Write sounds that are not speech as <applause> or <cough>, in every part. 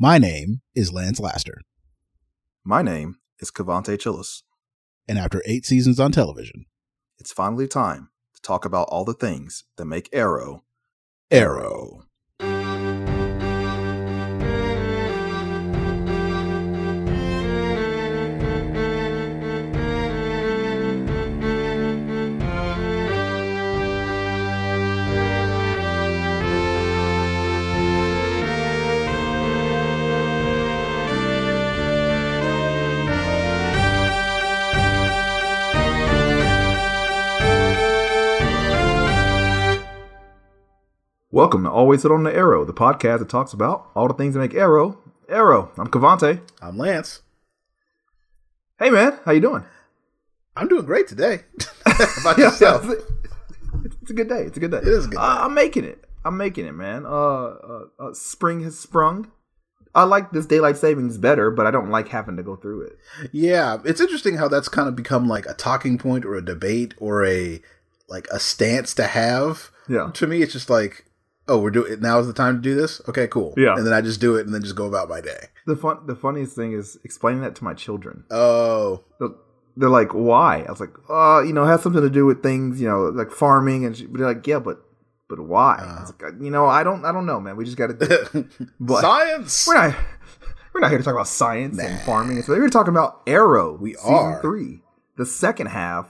My name is Lance Laster, My name is Cavante Chillis. and after eight seasons on television, It's finally time to talk about all the things that make Arrow Arrow. Welcome to Always Hit on the Arrow, the podcast that talks about all the things that make Arrow Arrow. I'm Cavante. I'm Lance. Hey man, how you <laughs> doing? I'm doing great today. <laughs> How <laughs> about yourself? It's a good day. It's a good day. It is a good I'm making it. I'm making it, man. Uh, uh, uh, spring has sprung. I like this daylight savings better, but I don't like having to go through it. yeah, it's interesting how that's kind of become like a talking point or a debate or a like a stance to have. Yeah. To me, it's just like, oh, we're doing now is the time to do this. Okay, cool. Yeah. and then I just do it and then just go about my day. The fun, the funniest thing is explaining that to my children. Oh, <laughs> They're- They're like, "Why?" I was like, "Uh, you know, it has something to do with things, you know, like farming." And she, but they're like, "Yeah, but, but why?" I was Uh-huh. like, "You know, I don't, I don't know, man. We just got to." <laughs> do it." But science. we're not, we're not here to talk about science and farming. So we're here to talk about Arrow. We season are. three, the second half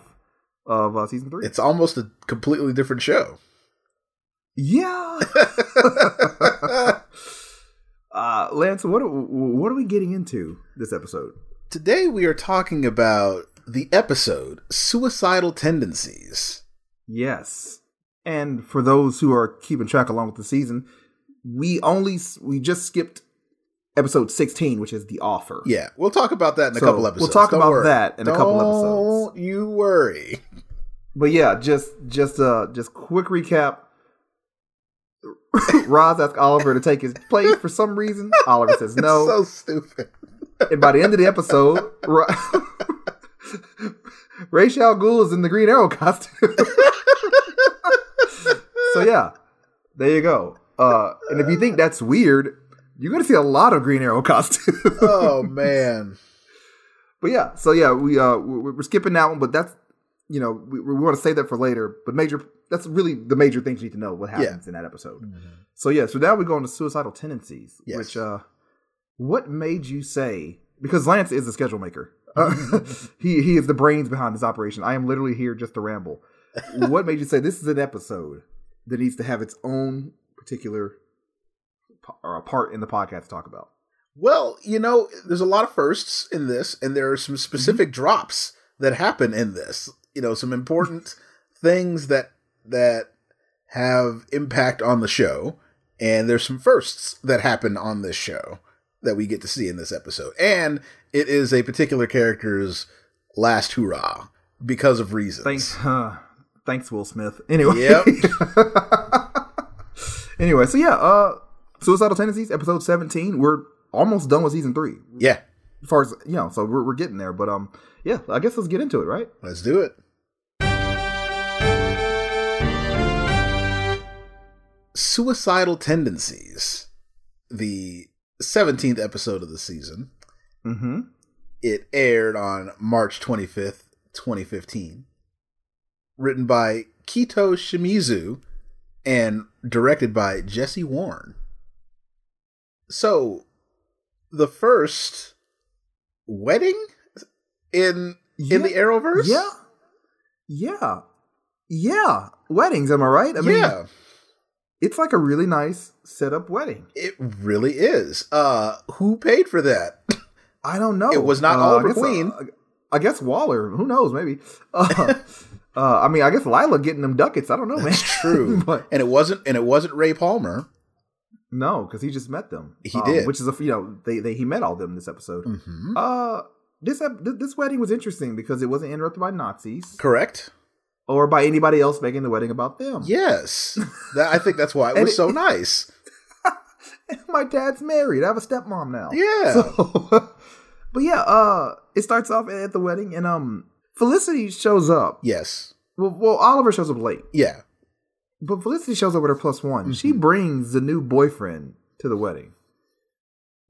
of uh, season three. It's almost a completely different <laughs> show. Yeah. <laughs> uh, Lance, what are, what are we getting into this episode? Today we are talking about the episode "Suicidal Tendencies." Yes. And for those who are keeping track along with the season, we only s- we just skipped episode 16, which is the offer. Yeah, we'll talk about that in a So, couple we'll episodes. talk Don't about worry. that in a couple episodes. Don't you worry. <laughs> But yeah, just just uh just quick recap. <laughs> Roz asks Oliver to take his plate for some reason. Oliver says <laughs> no. so <laughs> stupid. and by the end of the episode, Ra- <laughs> Ra's al Ghul is in the Green Arrow costume. <laughs> so yeah, there you go. Uh, and if you think that's weird, you're gonna see a lot of Green Arrow costumes. Oh man. but yeah, so yeah, we uh we- we're skipping that one, but that's you know we, we want to save that for later. But major, that's really the major things you need to know what happens in that episode. So yeah, so now we go into suicidal tendencies, Yes. which uh, what made you say? Because Lance is the schedule maker. Uh, he he is the brains behind this operation. I am literally here just to ramble. what made you say this is an episode that needs to have its own particular p- or a part in the podcast to talk about? Well, you know, there's a lot of firsts in this, and there are some specific drops that happen in this. You know, some important things that that have impact on the show, and there's some firsts that happen on this show that we get to see in this episode. And it is a particular character's last hurrah because of reasons. Thanks, uh, thanks, Will Smith. Anyway, Yep. <laughs> anyway, so yeah, uh, suicidal tendencies, episode seventeen. We're almost done with season three, Yeah, as far as you know. So we're, we're getting there, but um, yeah, I guess let's get into it, right? let's do it. Suicidal Tendencies, the 17th episode of the season. Mm-hmm. It aired on March 25th, 2015. Written by Kito Shimizu and directed by Jesse Warren. So, the first wedding in in the Arrowverse? Yeah, yeah, yeah. Weddings, am I right? I mean, yeah. it's like a really nice setup wedding. It really is. Uh who paid for that? I don't know. It was not Uh, Oliver I guess, Queen. uh, I guess Waller. Who knows? Maybe. <laughs> Uh, uh, I mean, <laughs> I guess Lila getting them ducats. I don't know, man. It's true. But- and it wasn't and it wasn't Ray Palmer. No, because he just met them. Um, He did. which is a you know they, they he met all them this episode. Mm-hmm. Uh, this ep- th- this wedding was interesting because it wasn't interrupted by Nazis Correct? or by anybody else making the wedding about them. Yes. That, I think that's why it <laughs> And was it- so nice. <laughs> my dad's married. I have a stepmom now. Yeah. <laughs> So, but yeah, uh, it starts off at the wedding, and um, Felicity shows up. Yes. Well, well, Oliver shows up late, Yeah. but Felicity shows up with her plus one. She Mm-hmm. brings the new boyfriend to the wedding.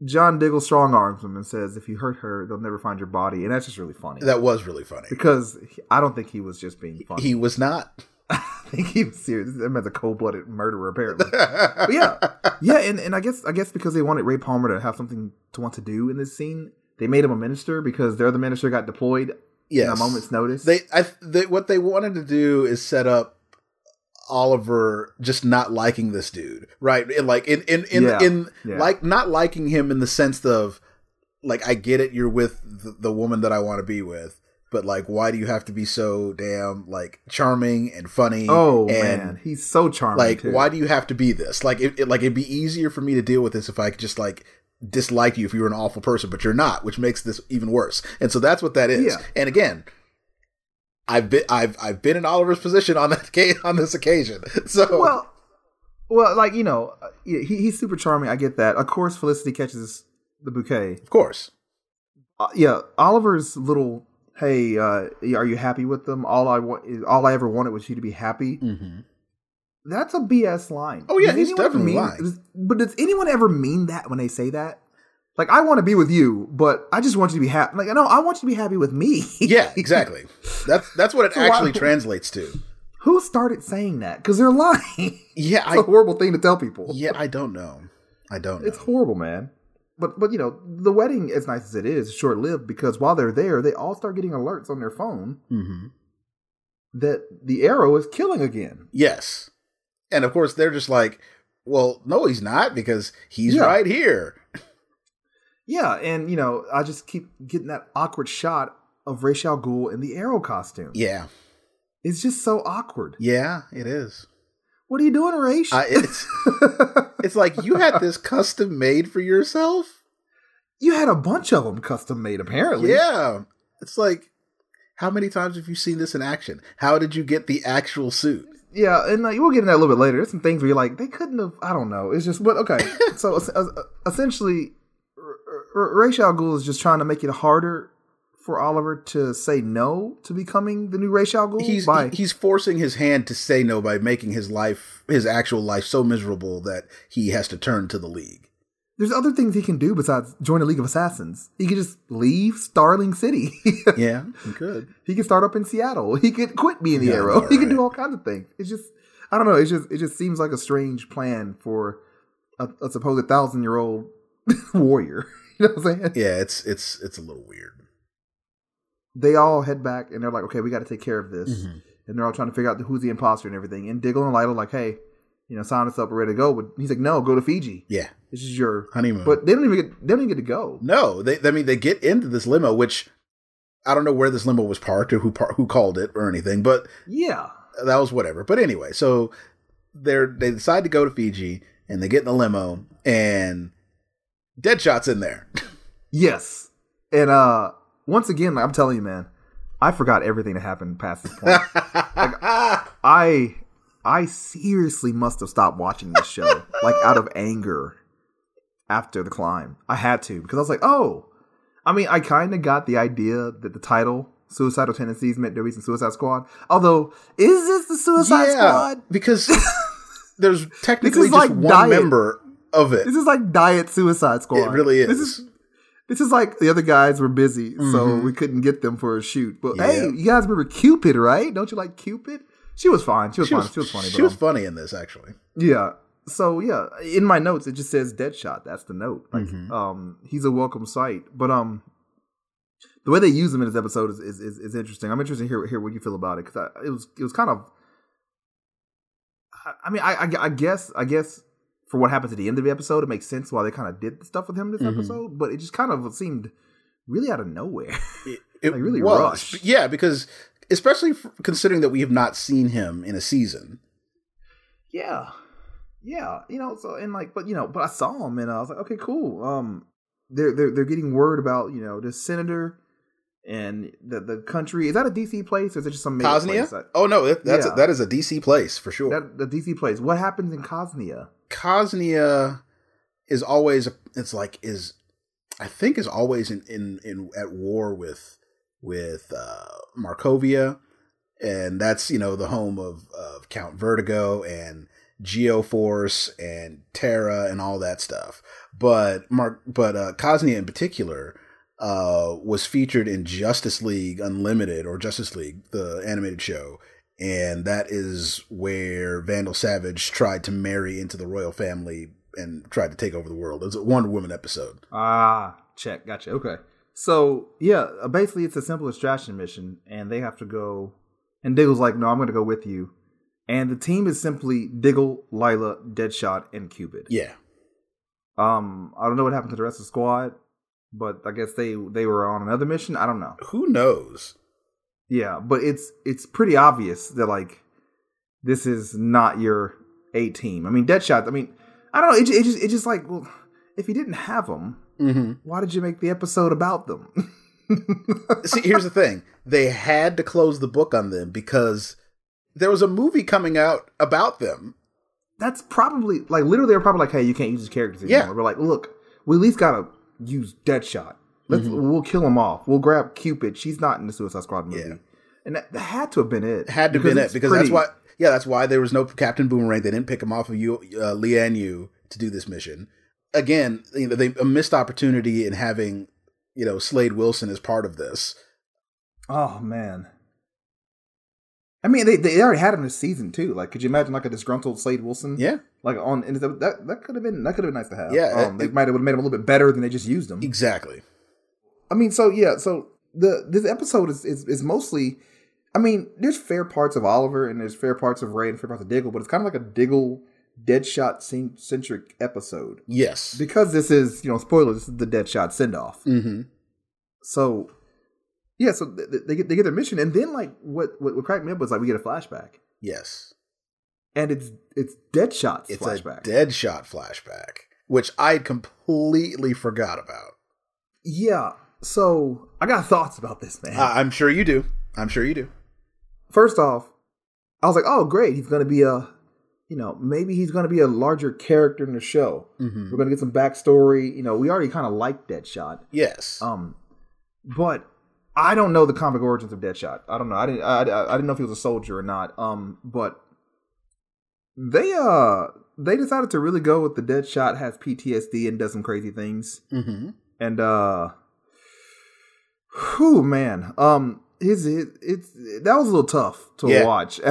John Diggle strong arms him and says, "If you hurt her, they'll never find your body," and that's just really funny. That was really funny. because he- I don't think he was just being funny. He was not. <laughs> I think he was serious. That man's a cold blooded <laughs> murderer, apparently. But yeah, yeah, and, and I guess I guess because they wanted Ray Palmer to have something to want to do in this scene, they made him a minister because their other minister got deployed yes. in a moment's notice. They, I, they, what they wanted to do is set up Oliver just not liking this dude, right? And like in in in, Yeah, in yeah. like not liking him in the sense of like I get it, you're with the, the woman that I want to be with, but like why do you have to be so damn like charming and funny? oh and man, he's so charming. like too. why do you have to be this? Like it, it like it'd be easier for me to deal with this if I could just like dislike you if you were an awful person, but you're not, which makes this even worse. And so that's what that is. Yeah. And again, I've been I've I've been in Oliver's position on that case on this occasion. <laughs> So Well, well, like you know, uh, yeah, he, he's super charming. I get that. Of course, Felicity catches the bouquet. of course. Uh, yeah, Oliver's little. Hey, uh, are you happy with them? All I want, is, all I ever wanted was you to be happy. Mm-hmm. That's a BS line. Oh, yeah, Does he's anyone ever definitely mean, lying. does- But does anyone ever mean that when they say that? Like, I want to be with you, but I just want you to be happy. Like, no, I want you to be happy with me. Yeah, exactly. That's that's <laughs> what it So why- actually translates to. <laughs> Who started saying that? Because they're lying. it's Yeah, a <laughs> I horrible thing to tell people. yeah, I don't know. I don't know. It's horrible, man. But but you know, the wedding, as nice as it is, is short lived because while they're there, they all start getting alerts on their phone Mm-hmm. that the arrow is killing again. Yes. And of course they're just like, well, no, he's not because he's Yeah. right here. Yeah, and you know, I just keep getting that awkward shot of Ra's al Ghul in the arrow costume. Yeah, It's just so awkward. yeah, it is. What are you doing, Raish? I, <laughs> it's it's like you had <laughs> this custom made for yourself. <laughs> you had a bunch of them custom made, apparently. Yeah, it's like how many times have you seen this in action? How did you get the actual suit? yeah, and like, we'll get in that a little bit later. There's some things where you're like, they couldn't have. I don't know. It's just, but okay. so <laughs> es- es- essentially, R- R- Ra's al Ghul is just trying to make it harder for Oliver to say no to becoming the new Ra's al Ghul. He's by he's forcing his hand to say no by making his life his actual life so miserable that he has to turn to the league. there's other things he can do besides join a League of Assassins. He could just leave Starling City. <laughs> Yeah, he could. He can start up in Seattle. He could quit being the Yeah, I arrow. know, He can do right? all kinds of things. It's just I don't know. It's just it just seems like a strange plan for a, a supposed thousand year old <laughs> warrior. <laughs> You know what I'm saying? Yeah, it's it's it's a little weird. They all head back and they're like, okay, we got to take care of this. And they're all trying to figure out who's the imposter and everything. And Diggle and Lytle are like, hey, you know, sign us up, we're ready to go. But he's like, no, go to Fiji. Yeah, This is your. honeymoon. But they don't even get they don't even get to go. No, they. I mean, they get into this limo, which I don't know where this limo was parked or who par- who called it or anything, but Yeah. that was whatever. But anyway, so they're they decide to go to Fiji and they get in the limo and Deadshot's in there. Yes. And uh once again, I'm telling you, man, I forgot everything that happened past this point. <laughs> I I seriously must have stopped watching <laughs> this show, like out of anger after the climb. I had to because I was like, oh, I mean, I kind of got the idea that the title "Suicidal Tendencies" meant the reason Suicide Squad. Although, is this the Suicide Squad? <laughs> because there's technically This is just like one diet. member of it. This is like Diet Suicide Squad. It really is. This is this is like the other guys were busy, so we couldn't get them for a shoot. But hey, Mm-hmm. Yeah. you guys remember Cupid, right? Don't you like Cupid? She was fine. She was she fine. was, she was funny. She but, was um, funny in this actually. Yeah. So yeah, in my notes it just says Deadshot. That's the note. Like, um, he's a welcome sight. But um, the way they use him in this episode is is, is, is interesting. I'm interested to hear hear what you feel about it because it was it was kind of. I, I mean, I, I I guess I guess for what happens at the end of the episode, it makes sense why they kind of did the stuff with him this Mhm. episode. But it just kind of seemed really out of nowhere. it, it Like, really was. rushed. But Yeah, because especially f considering that we have not seen him in a season. yeah. yeah, you know, so and like, but you know, but I saw him and I was like, okay, cool. Um, they're they're they're getting word about you know this senator and the the country. Is that a DC place or is it just some made up Cosnia? place? I- oh no, that, that's Yeah. a, that is a DC place for sure. That the DC place. What happens in Cosnia? Cosnia is always it's like is I think is always in in, in at war with with uh, Markovia, and that's you know the home of of Count Vertigo and Geoforce and Terra and all that stuff. But Mark, but uh, Cosnia in particular uh, was featured in Justice League Unlimited or Justice League the animated show and that is where Vandal Savage tried to marry into the royal family and tried to take over the world. It was a Wonder Woman episode. Ah, check. Gotcha. Okay. So yeah, uh, basically it's a simple extraction mission, and they have to go. And Diggle's like, "No, I'm going to go with you." And the team is simply Diggle, Lila, Deadshot, and Cupid. Yeah, Um, I don't know what happened to the rest of the squad, but I guess they they were on another mission. I don't know. who knows? Yeah, but it's it's pretty obvious that like this is not your A team. I mean, Deadshot. I mean, I don't know. It, ju- it just it just like well, if you didn't have them, Mm-hmm. why did you make the episode about them? <laughs> See, here's the thing: they had to close the book on them because there was a movie coming out about them. That's probably like literally they're probably like, hey, you can't use these characters Yeah. anymore. We're like, look, we at least gotta use Deadshot. Let's Mm-hmm. we'll kill him off. We'll grab Cupid. She's not in the Suicide Squad movie. Yeah. And that, that had to have been it. It had to be it's it because that's pretty- why. Yeah, that's why there was no Captain Boomerang. They didn't pick him off of you, uh, Lian Yu, to do this mission. Again, you know, they a missed opportunity in having you know Slade Wilson as part of this. Oh man. I mean, they they already had him this season too. Like, could you imagine like a disgruntled Slade Wilson? Yeah, Like on and that that could have been that could have been nice to have. Yeah, Um, it- they might have made him a little bit better than they just used him. Exactly. I mean, so yeah, so the this episode is is, is mostly. I mean, there's fair parts of Oliver and there's fair parts of Ray and fair parts of Diggle, but it's kind of like a Diggle Deadshot cen- centric episode Yes. because this is you know spoilers. This is the Deadshot send off. Mm-hmm. So yeah, so th- th- they get they get their mission, and then like what what, what cracked me up was like we get a flashback, Yes. and it's it's Deadshot's It's flashback. a dead shot flashback, which I had completely forgot about. yeah, so I got thoughts about this man. I- I'm sure you do. I'm sure you do. First off, I was like, oh great, he's gonna be a you know maybe he's gonna be a larger character in the show. Mhm. We're gonna get some backstory. You know, we already kind of liked Deadshot. Yes. Um, but I don't know the comic origins of Deadshot. I don't know. I didn't. I, I, I didn't know if he was a soldier or not. Um, but they uh they decided to really go with the Deadshot has PTSD and does some crazy things. mm-hmm. And uh, whew, man. Um, his it, it's that was a little tough to Yeah. watch. <laughs>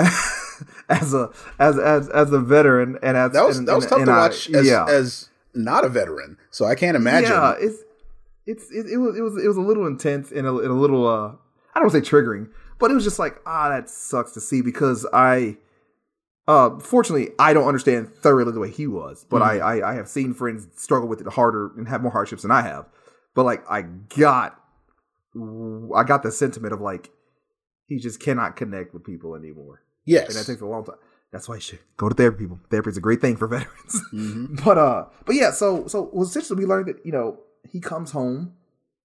As a as as as a veteran and as That was and- that was and- tough and to I- watch as, yeah. as not a veteran, so I can't imagine. Yeah, it's it's it, it was it was it was a little intense and a, and a little uh I don't wanna say triggering, but it was just like ah that sucks to see because I uh fortunately I don't understand thoroughly the way he was, Mm. but I, I I have seen friends struggle with it harder and have more hardships than I have, but like I got I got the sentiment of like he just cannot connect with people anymore, Yes. and that takes a long time. That's why you should go to therapy. People, therapy is a great thing for veterans. <laughs> Mhm. But uh, but yeah, so so well, essentially we learned that you know he comes home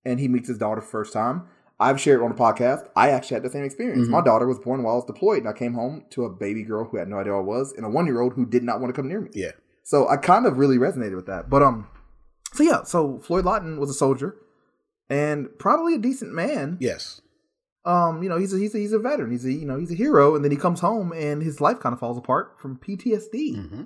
and he meets his daughter for the first time. I've shared on the podcast. I actually had the same experience. Mhm. My daughter was born while I was deployed, and I came home to a baby girl who had no idea who I was, and a one year old who did not want to come near me. Yeah. So I kind of really resonated with that. But um, so yeah, so Floyd Lawton was a soldier and probably a decent man. Yes. Um, you know, he's a, he's a, he's a veteran. He's a you know he's a hero, and then he comes home and his life kind of falls apart from PTSD Mm-hmm.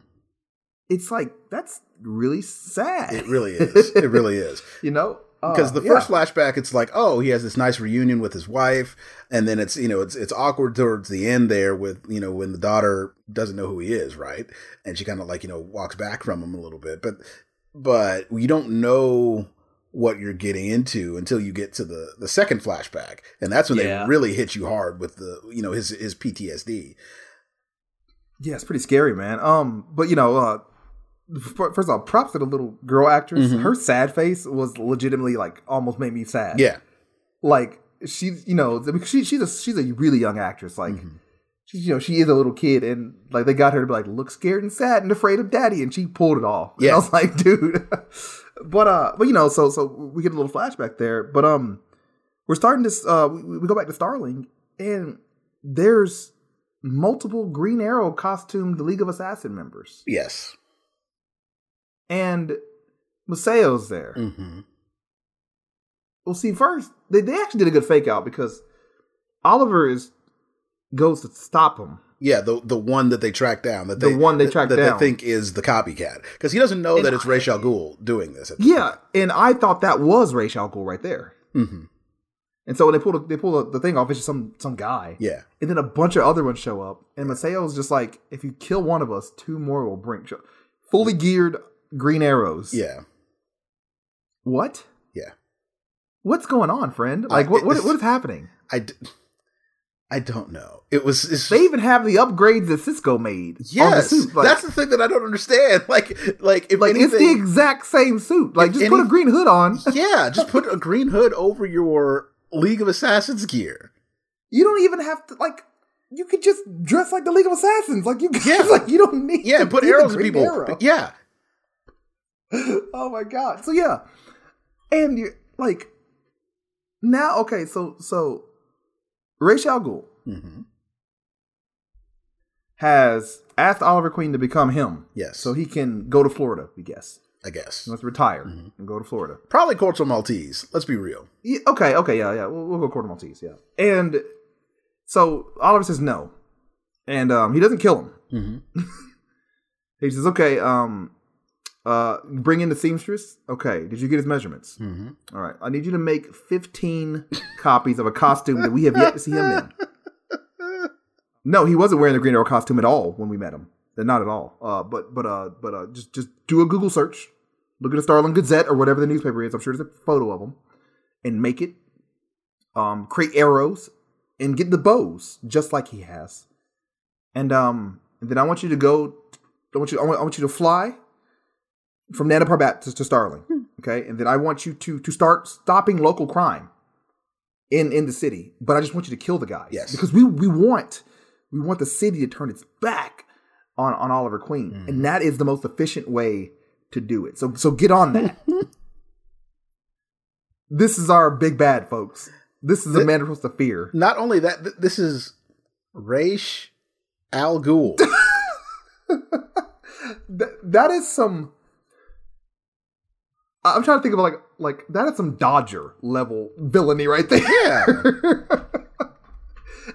it's like that's really sad. It <laughs> really is. it really is. you know, because Uh, the yeah. first flashback it's like oh he has this nice reunion with his wife and then it's you know it's it's awkward towards the end there with you know when the daughter doesn't know who he is right and she kind of like you know walks back from him a little bit but but you don't know what you're getting into until you get to the the second flashback and that's when Yeah. they really hit you hard with the you know his his PTSD yeah, it's pretty scary, man. Um, but you know, uh, f- first of all, props to the little girl actress. Mhm. Her sad face was legitimately like almost made me sad. yeah like she, you know, because she, she's a she's a really young actress. Like Mhm. she, you know, she is a little kid, and like they got her to be like, look scared and sad and afraid of daddy, and she pulled it off. Yeah, I Yeah. was like, dude. <laughs> but uh, but you know, so so we get a little flashback there, but um, we're starting this. Uh, we, we go back to Starling, and there's multiple Green Arrow costumed League of Assassin members, Yes. and Maceo's there. Mm-hmm. Well, see, first they, they actually did a good fake out because Oliver is goes to stop him. Yeah, the the one that they track down, that The they one they that- track that down. they think is the copycat, because he doesn't know And that it's Ra's al Ghul doing this. at the Yeah, and I thought that was Ra's al Ghul right there. time. Mhm. And so when they pull the, they pull the, the thing off, it's just some some guy. Yeah, And then a bunch of other ones show up, and Maceo's just like, if you kill one of us, two more will bring show- fully geared green arrows. yeah. What? Yeah. What's going on, friend? Uh, Like, what what, it's- what is happening? I, d- I don't know. It was it's They even have the upgrades that Cisco made. on the yes. suit. Like, that's the thing that I don't understand. <laughs> Like like if like it's the anything, exact same suit. Like, if just put a any- green hood on. yeah, just put a green hood over your League of Assassins gear. You don't even have to like. You could just dress like the League of Assassins. Like you, <laughs> guys, Yeah. like you don't need. Yeah, to and put be the arrows in Green people. <laughs> Arrow. Yeah, oh my god. So yeah, and you like now. Okay, so so Ra's al Ghul hmm has asked Oliver Queen to become him, yes. so he can go to Florida. We guess I guess he wants to retire Mhm. and go to Florida. probably Corto Maltese. Let's be real. Yeah, okay, okay, yeah, yeah. We'll, we'll go quarter Maltese. Yeah, and so Oliver says no, and um, he doesn't kill him. Mm-hmm. He says, "Okay, um, uh, bring in the seamstress. Okay, did you get his measurements? Mm-hmm. All right, I need you to make fifteen copies of a costume that we have yet to see him in. No, he wasn't wearing the Green Arrow costume at all when we met him. Uh, Not at all. Uh, but but uh, but uh, just just do a Google search, look at the Starling Gazette or whatever the newspaper is. I'm sure there's a photo of him, and make it. Um, create arrows and get the bows just like he has, and um, then I want you to go. I want you. I want, I want you to fly from Nana Parbat to, to Starling. Okay, and then I want you to to start stopping local crime in in the city. But I just want you to kill the guys. Yes. because we we want we want the city to turn its back on on Oliver Queen, and that is the most efficient way to do it. So so get on that. this is our big bad, folks. This is a Thi- manifest of fear. <laughs> Not only that, th- this is Raish Al <laughs> Ghul. Th- that is some. I- I'm trying to think of like like that is some Dodger level villainy right there. <laughs> yeah.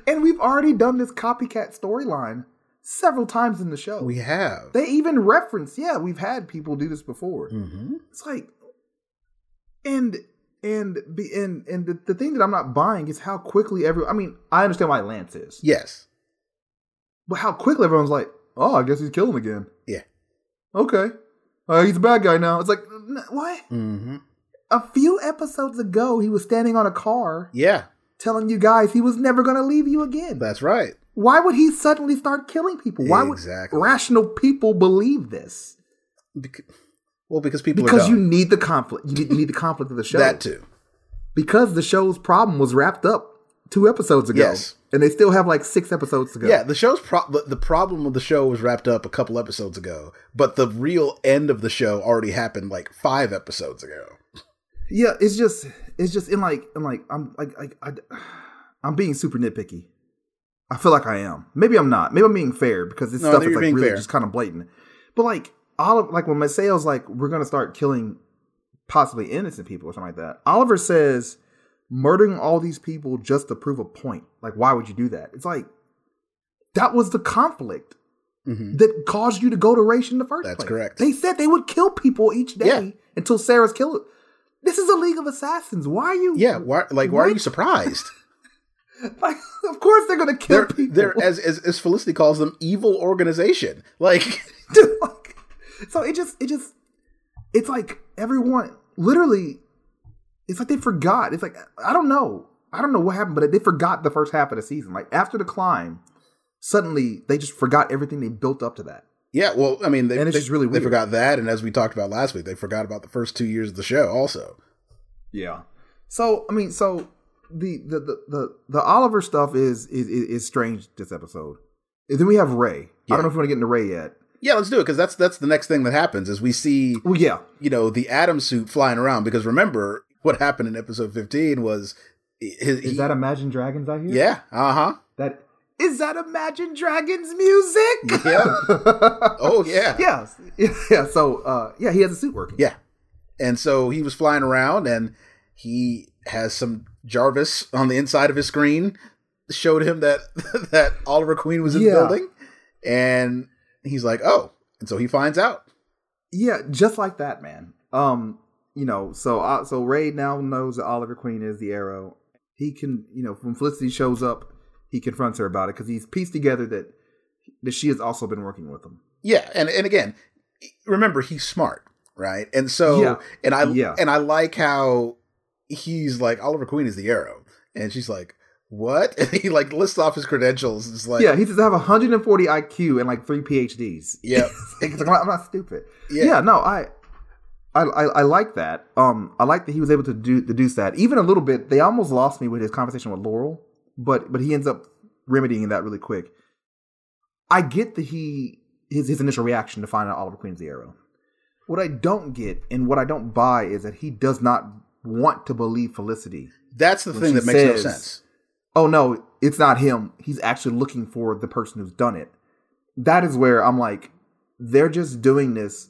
and we've already done this copycat storyline several times in the show. We have. they even reference, yeah, we've had people do this before. Mm-hmm. It's like, and and be and and the, the thing that I'm not buying is how quickly every. I mean, I understand why Lance is, Yes. but how quickly everyone's like, oh, I guess he's killing again. Yeah. Okay. Uh, he's a bad guy now. It's like, n- what? Mm-hmm. A few episodes ago, he was standing on a car Yeah. telling you guys he was never going to leave you again. That's right. Why would he suddenly start killing people? Why Exactly. would rational people believe this? Bec- well, because people Because are you dumb. need the conflict. You need, you need the conflict of the show. that too. Because the show's problem was wrapped up two episodes ago. Yes. And they still have like six episodes to go. Yeah, the show's pro- the- the problem of the show was wrapped up a couple episodes ago, but the real end of the show already happened like five episodes ago. Yeah, it's just it's just in like in like I'm like like I, I'm being super nitpicky. I feel like I am. Maybe I'm not. Maybe I'm being fair because this No, stuff you're is like being really fair. just kind of blatant. But like Oliver, like when Maceo's like, we're gonna start killing possibly innocent people or something like that. Oliver says, murdering all these people just to prove a point. Like, why would you do that? It's like that was the conflict Mm-hmm. that caused you to go to race in the first That's place. correct. They said they would kill people each day Yeah. until Sarah's killed. This is a League of Assassins. Why are you? Yeah, why, like, why are you What? surprised? Like, <laughs> of course they're gonna kill they're people. they're <laughs> as, as as Felicity calls them, evil organization. Like, Like, so it just, it just, it's like everyone literally. It's like they forgot. It's like I don't know. I don't know what happened, but they forgot the first half of the season. Like after the climb, suddenly they just forgot everything they built up to that. yeah, well, I mean, they, And it's they- just really they weird. forgot that, and as we talked about last week, they forgot about the first two years of the show also. Yeah. So I mean, so the the the the, the Oliver stuff is, is is is strange this episode. And then we have Ray. I Yeah. don't know if we want to get into Ray yet. Yeah, let's do it because that's that's the next thing that happens is we see Well, yeah, you know the Adam suit flying around because remember what happened in episode fifteen was his, is that Imagine Dragons I hear? yeah uh huh that is that Imagine Dragons music. <laughs> Yeah. oh yeah yeah, <laughs> yeah. So uh, yeah, he has a suit working. Yeah. And so he was flying around and he has some Jarvis on the inside of his screen showed him that <laughs> that Oliver Queen was in Yeah. the building and he's like, "Oh." And so he finds out. Yeah, just like that, man. Um, you know, so uh, so Ray now knows that Oliver Queen is the Arrow. He can, you know, when Felicity shows up, he confronts her about it because he's pieced together that that she has also been working with him. Yeah, and and again, remember he's smart, right? And so Yeah. and I Yeah. and I like how he's like Oliver Queen is the arrow. And she's like, "What?" <laughs> And he like lists off his credentials. It's like yeah, he says I have 140 IQ and like three PhDs. Yeah. <laughs> It's like, I'm not stupid. Yeah. Yeah, no, I, I, I, I like that. Um, I like that he was able to do deduce that even a little bit. They almost lost me with his conversation with Laurel, but but he ends up remedying that really quick. I get that he his his initial reaction to find out Oliver Queen's the Arrow. What I don't get and what I don't buy is that he does not want to believe Felicity. That's the When thing she that makes says- no sense. Oh no, it's not him. He's actually looking for the person who's done it. That is where I'm like, they're just doing this.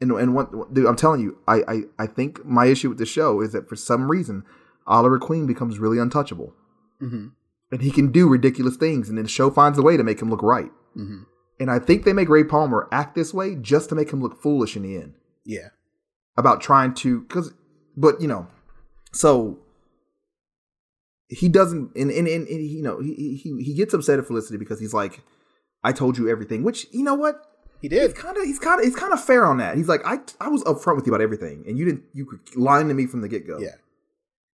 And and what dude, I'm telling you, I, I I think my issue with the show is that for some reason, Oliver Queen becomes really untouchable, Mhm. and he can do ridiculous things, and then the show finds a way to make him look right. Mhm. And I think they make Ray Palmer act this way just to make him look foolish in the end Yeah. about trying to because but you know so he doesn't and and, and, and you know he, he he gets upset at felicity because he's like i told you everything which you know what He did. he's kind of he's kind of he's kind of fair on that he's like i i was upfront with you about everything and you didn't you could lying to me from the get-go Yeah.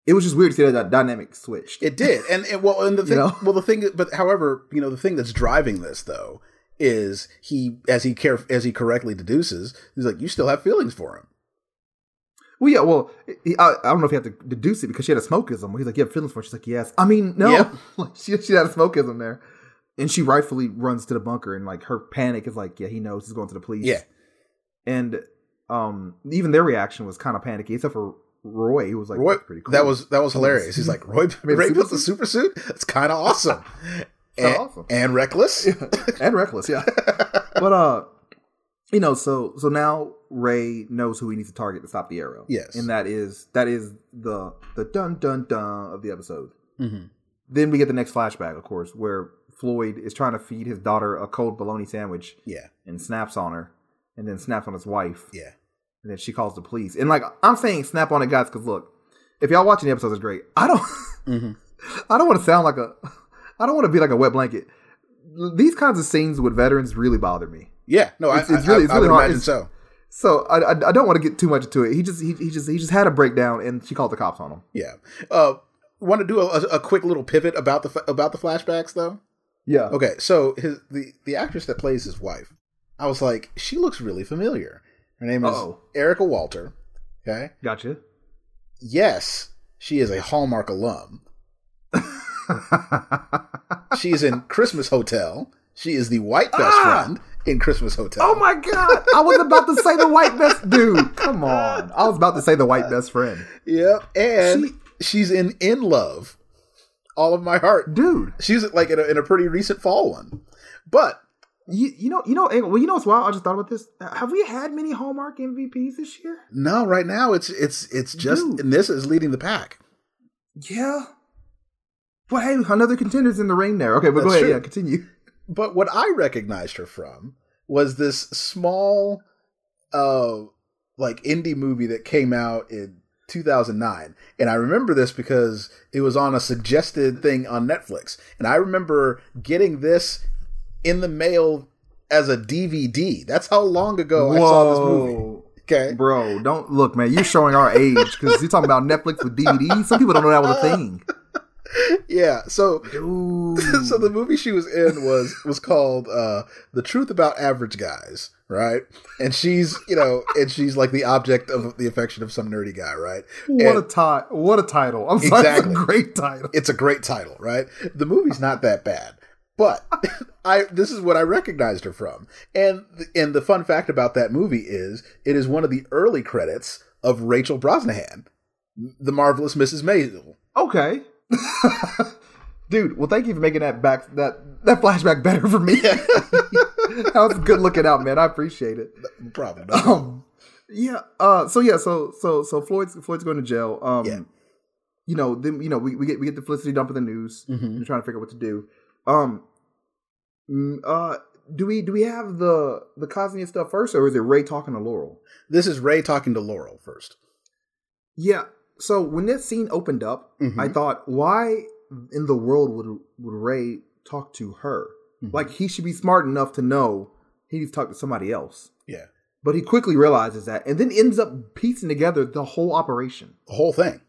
it was just weird to see that, that dynamic switched It did, and, and well, <laughs> and the thing, know? well, the thing, but however, you know, the thing that's driving this though is he, as he care, as he correctly deduces, he's like, you still have feelings for him. well yeah well he, I, I don't know if you have to deduce it because she had a smokeism he's like you have feelings for it she's like yes i mean no Yeah. <laughs> Like, she, she had a smokeism there and she rightfully runs to the bunker and like her panic is like yeah he knows he's going to the police Yeah. and um even their reaction was kind of panicky except for roy who was like Roy, "That's pretty cool that was that was hilarious. He's like, <laughs> Roy, made a Ray super built the super suit. That's kind of <laughs> awesome, and, kinda awesome. and reckless. <laughs> and reckless <laughs> yeah but uh you know so so now ray knows who he needs to target to stop the arrow Yes. and that is that is the the dun dun dun of the episode hmm then we get the next flashback of course where floyd is trying to feed his daughter a cold bologna sandwich Yeah, and snaps on her and then snaps on his wife <laughs> yeah, and then she calls the police. And like I'm saying, snap on it, guys, because look, if y'all watching the episodes, it's great. I don't, <laughs> Mhm. I don't want to sound like a, I don't want to be like a wet blanket. These kinds of scenes with veterans really bother me. yeah. No, It's- I, it's really- I, it's I would really hard. imagine It's- so. So I, I, I don't want to get too much into it. He just he, he just he just had a breakdown, and she called the cops on him. Yeah. Uh, want to do a, a a quick little pivot about the fa- about the flashbacks though. Yeah. Okay, so his the the actress that plays his wife, I was like, she looks really familiar. Her name is Uh-oh. Erica Walter. Okay, Gotcha. <laughs> yes, she is a Hallmark alum. She is in Christmas Hotel. She is the white best Ah! friend in Christmas Hotel. oh my god! I was about to say the white best dude. Come on! I was about to say the white best friend, Yep, and she's in In Love, All of My Heart. dude. She's like in a, in a pretty recent fall one, but You, you know you know well you know what's wild? I just thought about this. Have we had many Hallmark MVPs this year? no, right now it's it's it's just Dude. and this is leading the pack. Yeah. Well, hey, another contender's in the ring there. Okay, but go That's ahead. true. Yeah, continue. but what I recognized her from was this small, uh, like indie movie that came out in 2009, and I remember this because it was on a suggested thing on Netflix, and I remember getting this in the mail as a DVD. That's how long ago Oh, I saw this movie. Okay, Bro, don't look, man. You're showing our age because you're talking about Netflix with DVDs. Some people don't know that was a thing. yeah. So Dude. so the movie she was in was was called uh the truth about average guys right and she's you know and she's like the object of the affection of some nerdy guy right what a And ti- what a title! I'm sorry, it's a Exactly. great title. it's a great title right the movie's not that bad but <laughs> i this is what i recognized her from and the- and the fun fact about that movie is it is one of the early credits of rachel brosnahan the marvelous mrs maisel Okay, <laughs> dude. Well, thank you for making that back that that flashback better for me. <laughs> that was good looking out, man. I appreciate it. probably Um, yeah. Uh, so yeah. So so so Floyd's Floyd's going to jail. Um, Yeah. You know. Then you know we, we get we get the Felicity dump of the news. Mhm. We're trying to figure out what to do. Um. mm, Uh. Do we do we have the the Cosmian stuff first, or is it Ray talking to Laurel? this is ray talking to laurel 1st Yeah. So when this scene opened up, Mm-hmm. I thought, why in the world would would Ray talk to her? Mm-hmm. Like he should be smart enough to know he's talked to somebody else. yeah But he quickly realizes that, and then ends up piecing together the whole operation. the whole thing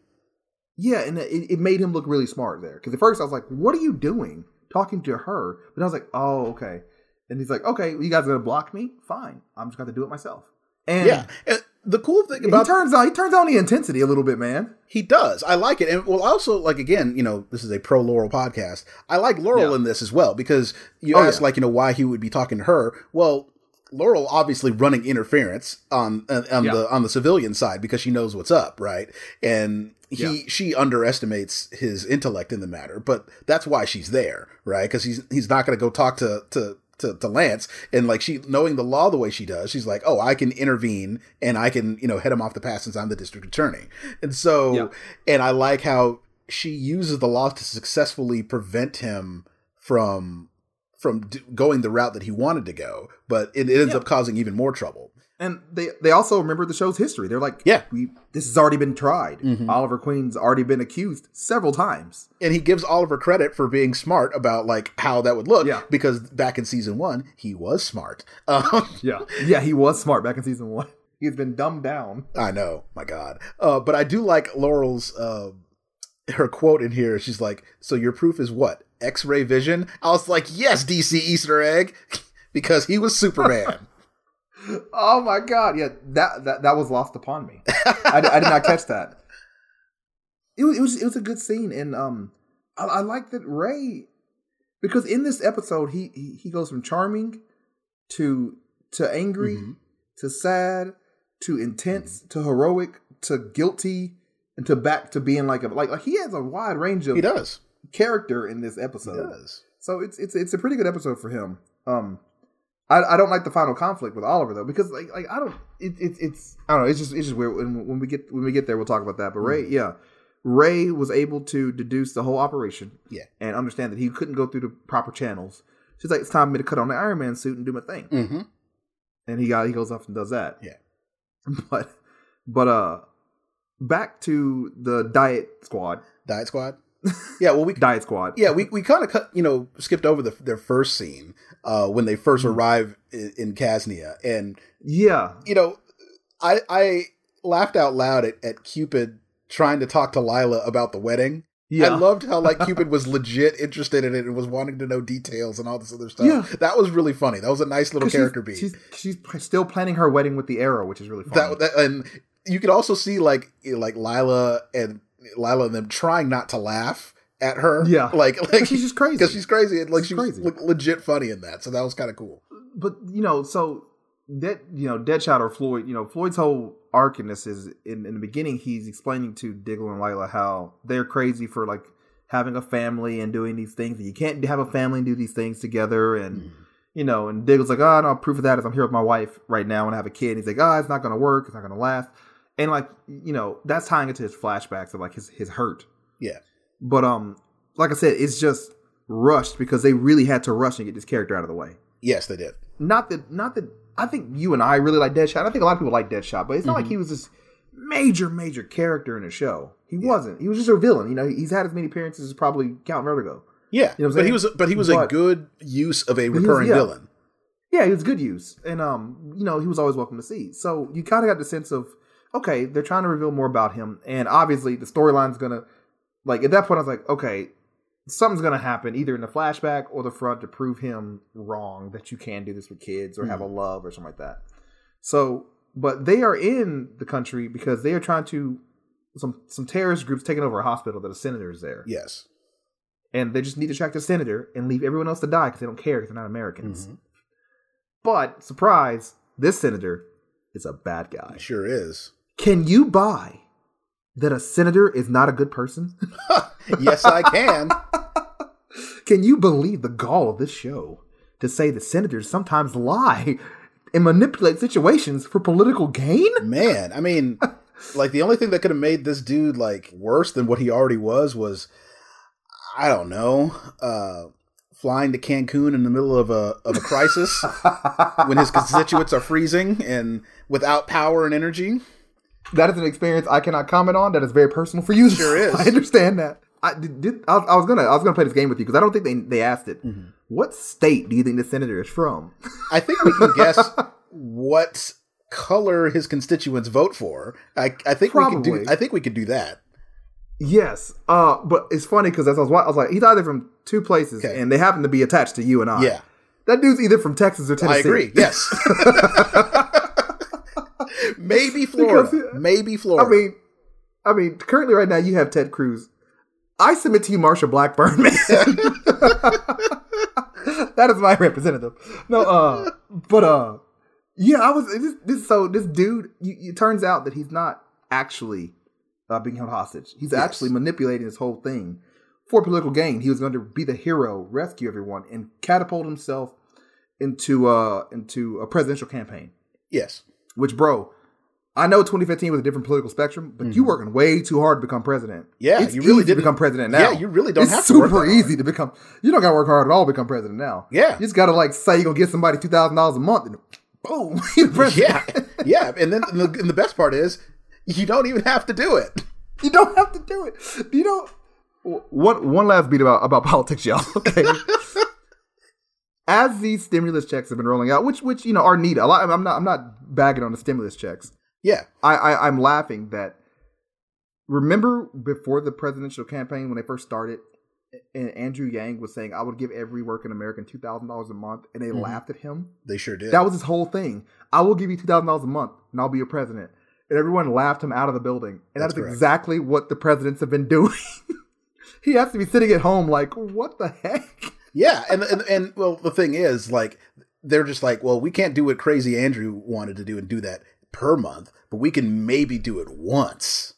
Yeah, and it, it made him look really smart there. Because at first I was like, "What are you doing talking to her?" But I was like, "Oh, okay." And he's like, "Okay, you guys are gonna block me? Fine, I'm just gonna have to do it myself." And yeah and the cool thing he about turns on he turns on the intensity a little bit, man. He does. I like it. And well, also like again, you know, this is a pro Laurel podcast. I like Laurel Yeah. in this as well because you Oh, asked yeah. like you know why he would be talking to her. Well, Laurel obviously running interference on on, on Yeah. the on the civilian side because she knows what's up, right? And he Yeah. she underestimates his intellect in the matter, but that's why she's there, right? Because he's he's not going to go talk to to. To, to Lance and like she knowing the law the way she does, she's like, oh, I can intervene and I can you know head him off the path since I'm the district attorney. And so, Yeah. and I like how she uses the law to successfully prevent him from from d- going the route that he wanted to go, but it, it ends Yeah. up causing even more trouble. And they they also remember the show's history. They're like, Yeah. we, this has already been tried. Mhm. Oliver Queen's already been accused several times." And he gives Oliver credit for being smart about like how that would look Yeah. because back in season one he was smart. <laughs> Um, Yeah, yeah, he was smart back in season one. <laughs> He's been dumbed down. I know, my God. Uh, but I do like Laurel's uh, her quote in here. She's like, "So your proof is what X-ray vision?" I was like, "Yes, DC Easter egg," <laughs> because he was <laughs> Superman. Oh my god! Yeah, that that, that was lost upon me. I, I did not catch that. It was, it was it was a good scene, and um, I, I like that Ray because in this episode he, he he goes from charming to to angry Mhm. to sad to intense Mm-hmm. to heroic to guilty and to back to being like a like like he has a wide range of He does. character in this episode. He does. So it's it's it's a pretty good episode for him. Um, I, I don't like the final conflict with Oliver though because like like I don't it, it it's I don't know it's just it's just weird. When, when we get when we get there, we'll talk about that. But Mm. Ray, yeah, Ray was able to deduce the whole operation. Yeah. and understand that he couldn't go through the proper channels. She's like, it's time for me to cut on the Iron Man suit and do my thing. Mm-hmm. And he got he goes off and does that. Yeah. <laughs> but but uh, back to the Diet Squad. Diet Squad. Yeah, well, we Diet Squad. yeah we, we kind of cut you know skipped over the, their first scene uh, when they first Mm-hmm. arrive in, in Casnia, and yeah. you know, I I laughed out loud at, at Cupid trying to talk to Lila about the wedding. Yeah. I loved how like Cupid <laughs> was legit interested in it and was wanting to know details and all this other stuff. Yeah. That was really funny. That was a nice little 'Cause character she's, beat. She's, she's p- still planning her wedding with the arrow, which is really funny. that, that and you could also see like you know, like Lila and Lila and them trying not to laugh at her. Yeah. Like <laughs> like But she's just crazy. because she's crazy and like She's she was crazy. le- legit funny in that. So that was kind of cool. but you know, so that you know, Deadshot or Floyd, you know, Floyd's whole arc in this is in, in the beginning he's explaining to Diggle and Lila how they're crazy for like having a family and doing these things. And you can't have a family and do these things together and Hmm. you know, and Diggle's like, oh, no, proof of that is I'm here with my wife right now and I have a kid. He's like, oh, it's not going to work. It's not going to last. And like, you know, that's tying into his flashbacks of like his, his hurt. Yeah. But, um, like I said, it's just rushed because they really had to rush and get this character out of the way. Yes, they did. Not that, not that, I think you and I really like Deadshot. I think a lot of people like Deadshot, but it's not like he was this major, major character in the show. He wasn't. He was just a villain. You know, he's had as many appearances as probably Count Vertigo. Yeah, You know what I'm but he saying? was but he was a But- good use of a was- recurring yeah. villain. Yeah, he was good use, and um, you know, he was always welcome to see. So you kind of got the sense of okay, they're trying to reveal more about him, and obviously the storyline's gonna Like at that point, I was like, okay, something's gonna happen either in the flashback or the front to prove him wrong that you can do this with kids or have a love or something like that. So, but they are in the country because they are trying to some some terrorist groups taking over a hospital that a senator is there, Yes. and they just need to track the senator and leave everyone else to die because they don't care because they're not Americans. Mm-hmm. But surprise, this senator is a bad guy. It sure is. Can you buy that a senator is not a good person? <laughs> yes, I <laughs> can. Can you believe the gall of this show to say that senators sometimes lie and manipulate situations for political gain? Man, I mean, like the only thing that could have made this dude like worse than what he already was was I don't know, uh flying to Cancun in the middle of a of a <laughs> crisis when his constituents are freezing and without power and energy. That is an experience I cannot comment on. That is very personal for you. Sure is. <laughs> I understand that. I did. did- I, was- I was gonna. I was gonna play this game with you because I don't think they they asked it. Mm-hmm. What state do you think the senator is from? I think we can guess what color his constituents vote for. I I think we could do Probably. I think we could do that. Yes, uh, but it's funny because as I was, wa- I was like, he's either from two places, Okay. and they happen to be attached to you and I. Yeah. that dude's either from Texas or Tennessee. I agree. Yes. <laughs> maybe Florida. Because- maybe I Florida. mean, I mean, currently right now you have Ted Cruz. I submit to you, Marsha Blackburn, man. <laughs> that is my representative. No, uh, but uh, yeah, I was this. this so this dude, you, it turns out that he's not actually uh, being held hostage. He's actually manipulating this whole thing for political gain. He was going to be the hero, rescue everyone, and catapult himself into uh into a presidential campaign. yes. Which, bro, I know 2015 was a different political spectrum, but you working way too hard to become president. Mm-hmm. Yeah, it's you really easy to didn't- become president now. Yeah, you really don't it's have to super work that easy to become. You don't got to work hard at all to become president now. Yeah. you just got to like say you gonna get somebody two thousand dollars a month, and boom, <laughs> you're president. Yeah. <laughs> Yeah. And then and the, and the best part is you don't even have to do it. <laughs> You don't have to do it. You don't. One one last beat about about <laughs> politics, y'all. Okay. As these stimulus checks have been rolling out, which which you know are needed a lot. I'm not I'm not bagging on the stimulus checks. Yeah. I, I I'm laughing that. Remember before the presidential campaign when they first started, and Andrew Yang was saying, "I would give every working American two thousand dollars a month," and they laughed at him. They sure did. That was his whole thing. I will give you two thousand dollars a month, and I'll be your president. And everyone laughed him out of the building. And That's that's, correct. exactly what the presidents have been doing. <laughs> he has to be sitting at home, like, what the heck? <laughs> yeah. And, and and well the thing is like they're just like, well, we can't do what crazy Andrew wanted to do and do that per month, but we can maybe do it once.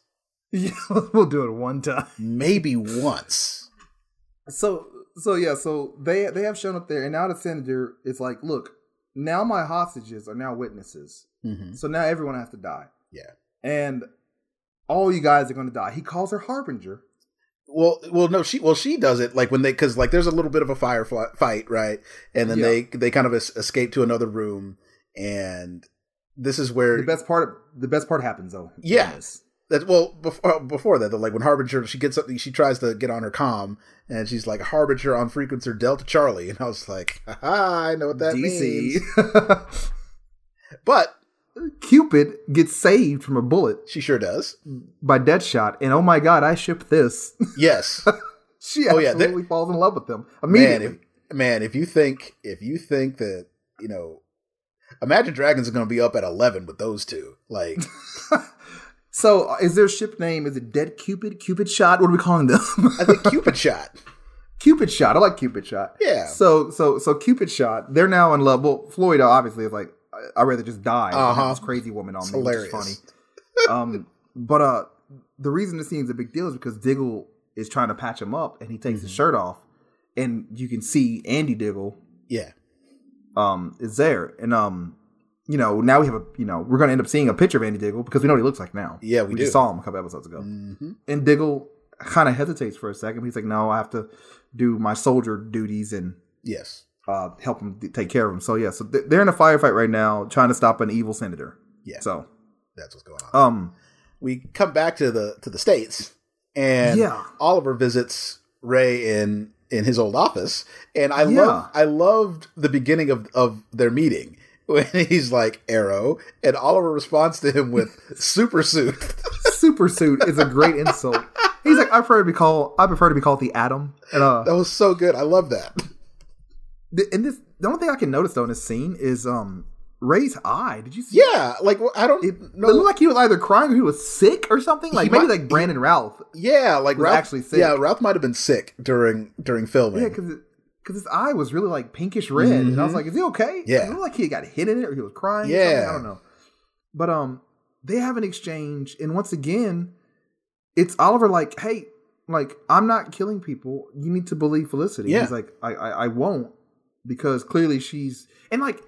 Yeah, we'll do it one time. Maybe once. So so yeah, so they they have shown up there, and now the senator is like, look, now my hostages are now witnesses, Mm-hmm. so now everyone has to die, Yeah. and all you guys are going to die. He calls her harbinger. Well, well, no, she, well, she does it like when they, because like there's a little bit of a fire fly, fight, right? And then Yeah. they they kind of es- escape to another room, and this is where The best part the best part happens though. in Yeah. this. that well before before that though, like when Harbinger she gets something, she tries to get on her comm, and she's like Harbinger on frequency Delta Charlie, <laughs> and I was like, Haha, I know what that means, DC. but <laughs> Cupid gets saved from a bullet she sure does. by Deadshot, and oh my god, I ship this. <laughs> Yes, she Oh, yeah, absolutely they- falls in love with them man, immediately. if, man, if you think if you think that you know, Imagine Dragons is going to be up at eleven with those two, like. so, uh, is their ship name? Is it Dead Cupid? Cupid Shot? What are we calling them? I think Cupid shot. <laughs> Cupid Shot. I like Cupid Shot. Yeah. So, so, so Cupid Shot. They're now in love. Well, Floyd obviously is like, I- I'd rather just die. than have Uh-huh. This crazy woman on It's me, hilarious. which is <laughs> funny. Um, but uh, the reason this seems a big deal is because Diggle is trying to patch him up, and he takes his shirt off, and you can see Andy Diggle Yeah. um is there and um you know now we have a you know we're gonna end up seeing a picture of andy diggle because we know what he looks like now Yeah, we just do. Mm-hmm. saw him a couple episodes ago and diggle kind of hesitates for a second he's like no i have to do my soldier duties and Yes. uh help him th- take care of him so yeah so th- they're in a firefight right now trying to stop an evil senator Yeah. so That's what's going on. um we come back to the to the states, and Yeah. Oliver visits Ray in in his old office, and I Yeah. love I loved the beginning of of their meeting <laughs> when he's like Arrow, and Oliver responds to him with super suit. super suit is a great insult He's like, I prefer to be called. I prefer to be called the Atom. And uh, <laughs> That was so good. I love that. th- in this, the only thing I can notice though in this scene is um Ray's eye. Did you see? Yeah, like well, I don't It, it know. looked like he was either crying or he was sick or something. Like maybe might- like Brandon Ralph. yeah, like was Ralph actually sick. Yeah, Ralph might have been sick during during filming. Yeah, because because his eye was really like pinkish red, and I was like, "Is he okay?" Mm-hmm. Yeah. it looked like he got hit in it, or he was crying. or Yeah. something. I don't know. But um, they have an exchange, and once again, it's Oliver like, "Hey, like I'm not killing people. You need to believe Felicity." Yeah. He's like, I, "I I won't," because clearly she's and like,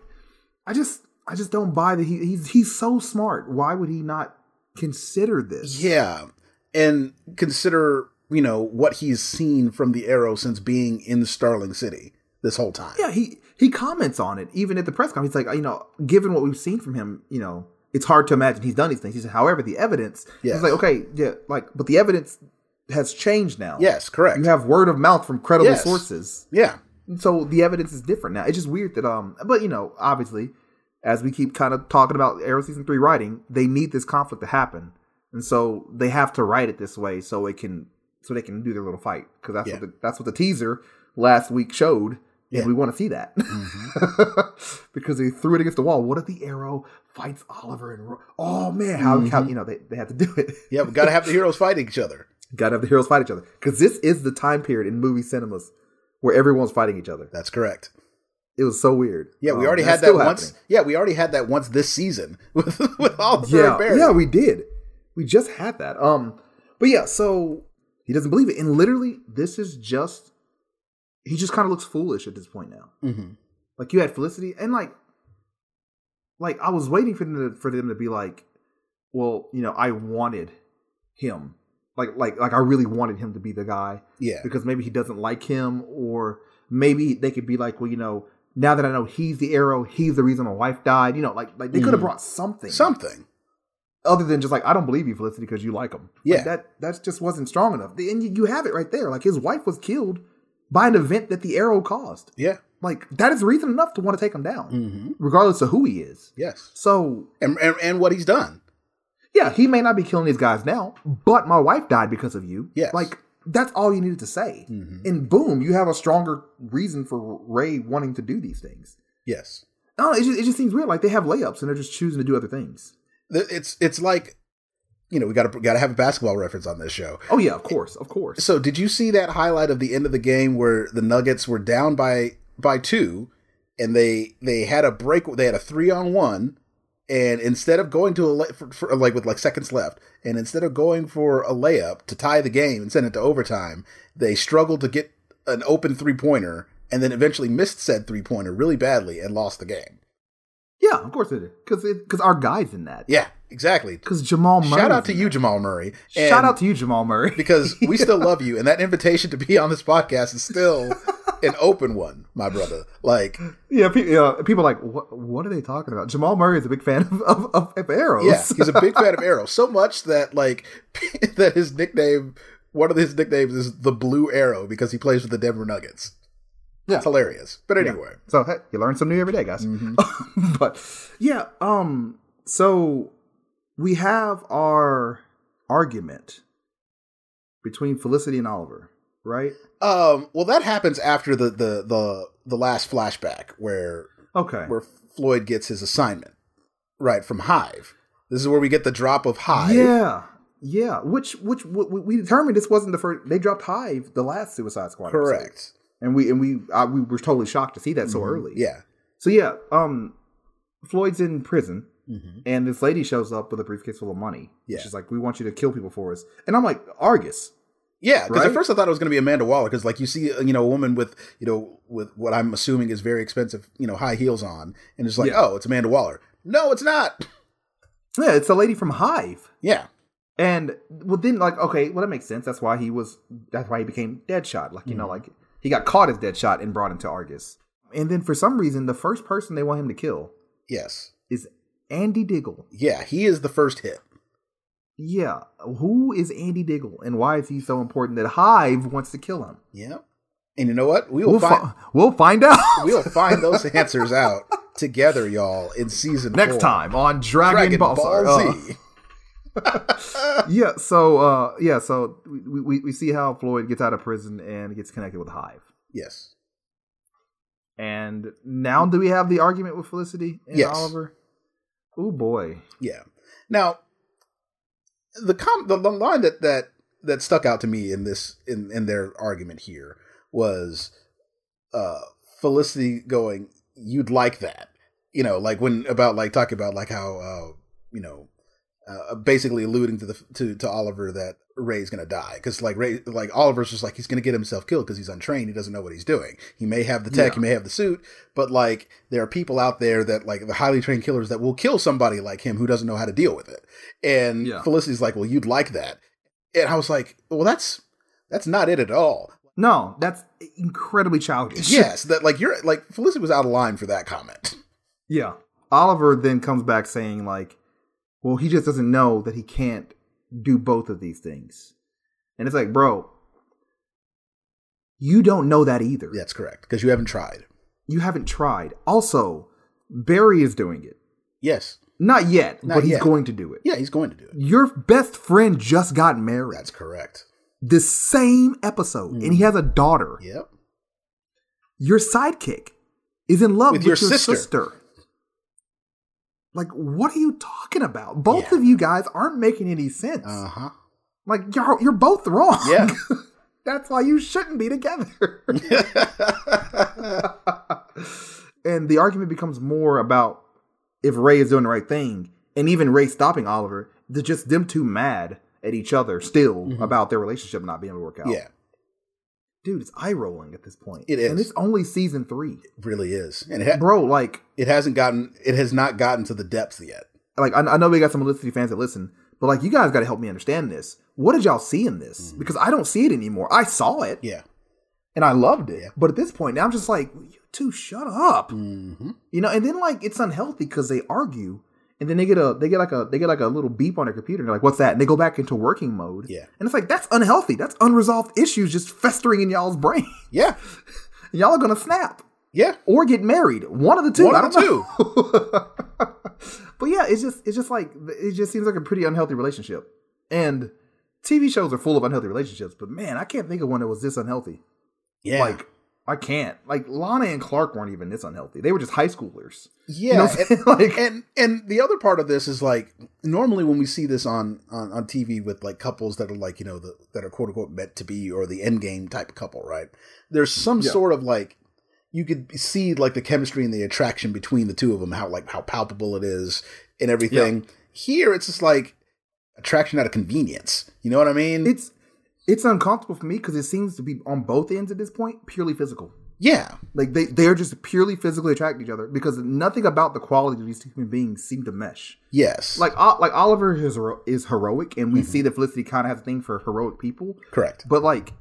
I just I just don't buy that he he's he's so smart. Why would he not consider this? Yeah, and consider you know what he's seen from the Arrow since being in Starling City this whole time. Yeah, he he comments on it even at the press conference. He's like, you know, given what we've seen from him, you know, it's hard to imagine he's done these things. He said, however, the evidence. Yeah. Yes. He's like, okay, yeah, like, but the evidence has changed now. Yes, correct. You have word of mouth from credible Yes. sources, yeah, And so the evidence is different now. It's just weird that um, but you know, obviously, as we keep kind of talking about Arrow season three writing, they need this conflict to happen, and so they have to write it this way so it can so they can do their little fight because that's Yeah. what the, that's what the teaser last week showed. Yeah. Mm-hmm. And we want to see that <laughs> because they threw it against the wall. What if the arrow fights Oliver and Ro- oh man, how, how Mm-hmm. you know they, they have to do it? <laughs> yeah. We gotta have the heroes fight each other. Got to have the heroes fight each other because this is the time period in movie cinemas where everyone's fighting each other. That's correct. It was so weird. Yeah, we Um, already had that's that still once. happening. Yeah, we already had that once this season <laughs> with with Oliver and Yeah, Barry. yeah, we did. We just had that. Um, but yeah, so he doesn't believe it, and literally, this is just he just kind of looks foolish at this point now. hmm Like you had Felicity, and like, like I was waiting for them to, for them to be like, well, you know, I wanted him, like, like, like I really wanted him to be the guy yeah, because maybe he doesn't like him, or maybe they could be like, well, you know, now that I know he's the arrow, he's the reason my wife died. You know, like like they could have Mhm. brought something, something. other than just like I don't believe you, Felicity, because you like him. Like, Yeah. that that just wasn't strong enough. And you, you have it right there. Like his wife was killed by an event that the arrow caused. Yeah. Like that is reason enough to want to take him down, hmm regardless of who he is. Yes, So and, and and what he's done. yeah, he may not be killing these guys now, but my wife died because of you. Yes. like that's all you needed to say. Mhm. and boom, you have a stronger reason for Ray wanting to do these things. Yes, No, it just, it just seems weird. Like they have layups and they're just choosing to do other things. Th- it's it's like you know we gotta gotta have a basketball reference on this show. Oh yeah, of course, of course. So did you see that highlight of the end of the game where the Nuggets were down by by two, and they they had a break. They had a three on one, and instead of going to a lay- for, for, like with like seconds left, and instead of going for a layup to tie the game and send it to overtime, they struggled to get an open three pointer, and then eventually missed said three pointer really badly and lost the game. Yeah, of course they did. Because because our guy's in that. Yeah, exactly. Because Jamal Murray. Shout out to you, Jamal Murray. and- Shout out to you, Jamal Murray. <laughs> because we still love you, and that invitation to be on this podcast is still an open one, my brother. Like, yeah, pe- yeah, people are like, what, what are they talking about? Jamal Murray is a big fan of, of, of, of arrows. <laughs> yeah, he's a big fan of Arrow, so much that like <laughs> that his nickname, one of his nicknames is the Blue Arrow because he plays with the Denver Nuggets. Yeah. It's hilarious. But anyway, So hey, you learn something new every day, guys. Mm-hmm. <laughs> but yeah, um, so we have our argument between Felicity and Oliver, right? um, well, that happens after the the the the last flashback where Okay. where Floyd gets his assignment, right from Hive. This is where we get the drop of Hive. yeah, yeah. Which which we, we- we determined this wasn't the first. They dropped Hive the last Suicide Squad, episode. correct. Mm-hmm. And we and we I, we were totally shocked to see that so early. Yeah. So yeah, um, Floyd's in prison, Mhm. and this lady shows up with a briefcase full of money. Yeah. She's like, "We want you to kill people for us," and I'm like, "Argus." Yeah, because at Right? first I thought it was going to be Amanda Waller because, like, you see, uh, you know, a woman with, you know, with what I'm assuming is very expensive, you know, high heels on, and it's like, Yeah. oh, it's Amanda Waller. No, it's not. <laughs> Yeah, it's a lady from Hive. Yeah, And well, then like, okay, well that makes sense. That's why he was. That's why he became Deadshot. Like you know, like he got caught as Deadshot and brought into Argus. And then for some reason, the first person they want him to kill yes, is Andy Diggle. yeah. He is the first hit. Yeah, who is Andy Diggle, and why is he so important that Hive wants to kill him? Yeah, and you know what? We will We'll, find fi- we'll find out <laughs> <laughs> we'll find those answers out together, y'all, in season next four. time on Oh. Dragon, Dragon Ball, Ball, sorry, uh, Z. <laughs> yeah, so uh, yeah, so we, we we see how Floyd gets out of prison and gets connected with Hive. yes. And now do we have the argument with Felicity and Yes. Oliver? Oh boy. Yeah. Now, the com the, the line that that that stuck out to me in this in in their argument here was uh Felicity going, "You'd like that," you know, like when about like talking about like how uh you know. Uh, basically alluding to the to, to Oliver that Ray's gonna die because like Ray like Oliver's just like he's gonna get himself killed because he's untrained he doesn't know what he's doing he may have the tech Yeah. he may have the suit but like there are people out there that like the highly trained killers that will kill somebody like him who doesn't know how to deal with it and Yeah. felicity's like well you'd like that and i was like well that's that's not it at <laughs> all No, that's incredibly childish. yes that like you're like felicity was out of line for that comment <laughs> Yeah. Oliver then comes back saying like, "Well, he just doesn't know that he can't do both of these things." And it's like, "Bro, you don't know that either. that's correct because you haven't tried You haven't tried. Also, Barry is doing it. yes Not yet, Not but he's yet. going to do it. yeah he's going to do it Your best friend just got married. that's Mm. correct This same episode, and he has a daughter. yep Your sidekick is in love With with, your your, sister. sister. Like, what are you talking about? Both Yeah. of you guys aren't making any sense. uh-huh like, you're you're both wrong. Yeah. <laughs> That's why you shouldn't be together. <laughs> and the argument becomes more about if Ray is doing the right thing, and even Ray stopping Oliver, they're just them two mad at each other still about their relationship not being able to work <laughs> out. Mm-hmm. yeah Dude, it's eye rolling at this point. It is. And it's only season three. really is and it, ha- Bro, like it hasn't gotten it has not gotten to the depth yet like I, I know we got some Felicity fans that listen, but like you guys gotta help me understand this. What did y'all see in this? Mm-hmm. Because I don't see it anymore. I saw it yeah and I loved it. Yeah. But at this point now I'm just like, you two shut up. mm-hmm. You know, and then like it's unhealthy because they argue, and then they get a they get like a they get like a little beep on their computer, and they're like, "What's that?" And they go back into working mode. Yeah. and it's like that's unhealthy. That's unresolved issues just festering in y'all's brain. <laughs> yeah Y'all are gonna snap yeah or get married. One of the two. One I of don't know. <laughs> but yeah, it's just it's just like it just seems like a pretty unhealthy relationship. And TV shows are full of unhealthy relationships, but man, I can't think of one that was this unhealthy. yeah Like I can't. Like Lana and Clark weren't even this unhealthy. They were just high schoolers. Yeah, know what I'm and, saying? <laughs> Like- and and the other part of this is like normally when we see this on, on on TV with like couples that are like you know the, that are quote unquote meant to be or the end game type of couple, right? There's some Yeah. sort of like you could see like the chemistry and the attraction between the two of them, how like how palpable it is and everything. Here, it's just like attraction out of convenience. You know what I mean? it's it's uncomfortable for me because it seems to be on both ends at this point purely physical yeah, like they they're just purely physically attracted to each other because nothing about the quality of these two human beings seem to mesh yes, like O- like oliver is, hero- is heroic and we see that felicity kind of has a thing for heroic people correct. but like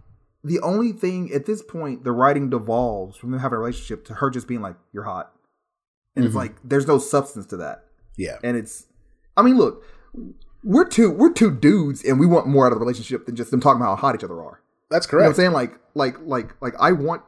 the only thing at this point the writing devolves from them having a relationship to her just being like you're hot and it's like there's no substance to that Yeah, and it's i mean look we're two we're two dudes and we want more out of the relationship than just them talking about how hot each other are that's you know what correct. I'm saying? Like, like, like, like, I want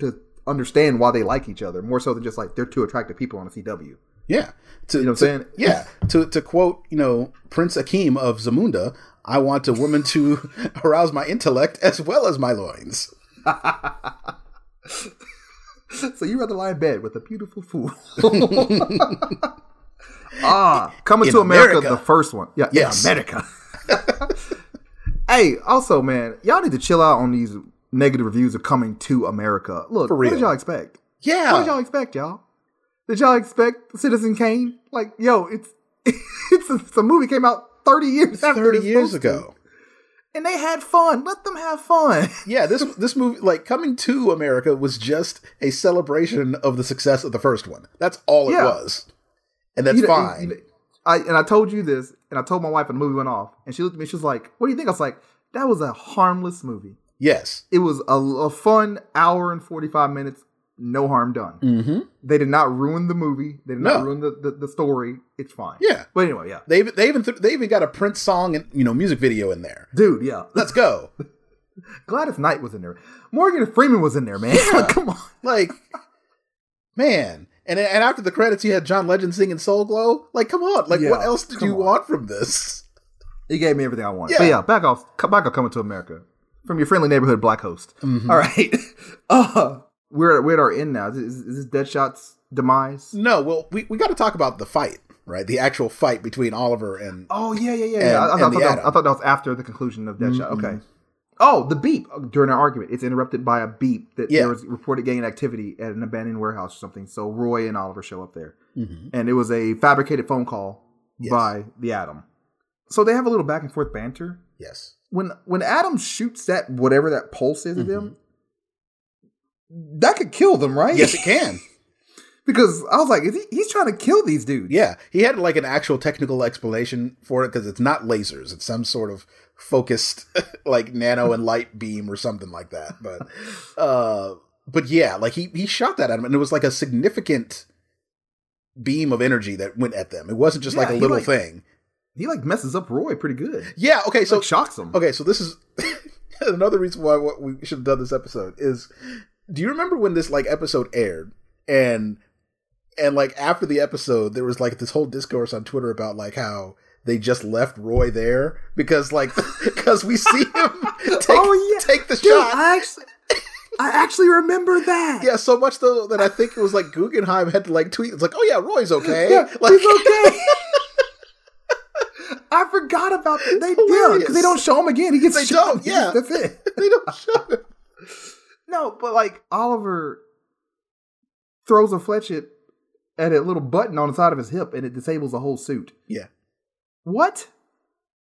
to understand why they like each other more so than just like they're two attractive people on a CW. Yeah. To, You know what I'm to- saying? <laughs> Yeah. To to quote, you know, Prince Akeem of Zamunda, I want a woman to <laughs> arouse my intellect as well as my loins. <laughs> So you rather lie in bed with a beautiful fool. <laughs> ah, coming In to America, America. the first one. Yeah, in Yes. America. <laughs> hey, also, man, y'all need to chill out on these negative reviews of coming to America. Look, For what real. Uh. did y'all expect? Yeah. What did y'all expect, y'all? Did y'all expect Citizen Kane? Like, yo, it's <laughs> it's a, it's a movie came out thirty years after 30 it's years supposed to. ago. and they had fun. Let them have fun. <laughs> Yeah, this this movie like coming to America was just a celebration of the success of the first one. That's all it Yeah. was. And that's You know, fine. you know, I and I told you this, and I told my wife, and the movie went off, and she looked at me. She was like, "What do you think?" I was like, "That was a harmless movie. yes. It was a, a fun hour and forty five minutes. No harm done. Mm-hmm. They did not ruin the movie. They did not No. ruin the, the the story. It's fine. Yeah. But anyway, yeah, They even- they even th- they even got a Prince song and you know music video in there. dude, yeah. <laughs> Let's go. Gladys Knight was in there. Morgan Freeman was in there, man. Like, <laughs> come on. Like, man. And and after the credits, you had John Legend singing Soul Glow. Like, come on. Like, Yeah, what else did come you on. want from this? It gave me everything I wanted. Yeah. But yeah, back off, c- back off, coming to America from your friendly neighborhood black host. All right, <laughs> uh, we're at, we're at our end now. Is, is, is this Deadshot's demise? No, well, we, we got to talk about the fight, right? The actual fight between Oliver and Oh yeah, yeah, yeah. And- yeah. I, I and thought the that was, atom. I thought that was after the conclusion of Deadshot. Okay. Oh, the beep during our argument. It's interrupted by a beep that Yeah. there was reported gang activity at an abandoned warehouse or something. So Roy and Oliver show up there, and it was a fabricated phone call Mm-hmm. Yes. by the Atom. So they have a little back and forth banter. yes, When when Adam shoots that whatever that pulse is Mm-hmm. at them, that could kill them, right? yes, it can. <laughs> because I was like, is he, he's trying to kill these dudes. Yeah, he had like an actual technical explanation for it because it's not lasers; it's some sort of focused, <laughs> like nano and light beam or something like that. <laughs> But, uh, but yeah, like he he shot that at him, and it was like a significant beam of energy that went at them. It wasn't just like Yeah, a he, little like- thing. He like messes up Roy pretty good. Yeah. Okay. So like shocks him. Okay, so this is <laughs> another reason why what we should have done this episode is. Do you remember when this like episode aired and and like after the episode there was like this whole discourse on Twitter about like how they just left Roy there because like <laughs> because we see him take, <laughs> Oh, yeah. take the Dude, shot. I actually, I actually remember that. yeah, so much though that I think it was like Guggenheim had to like tweet. It's like, oh yeah, Roy's okay. Yeah, <laughs> like, he's okay. <laughs> I forgot about that. They did hilarious. because they don't show him again. He gets They shot. don't, yeah. <laughs> that's it. they don't show <laughs> him. No, but like Oliver throws a fletchet at a little button on the side of his hip, and it disables the whole suit. Yeah. What,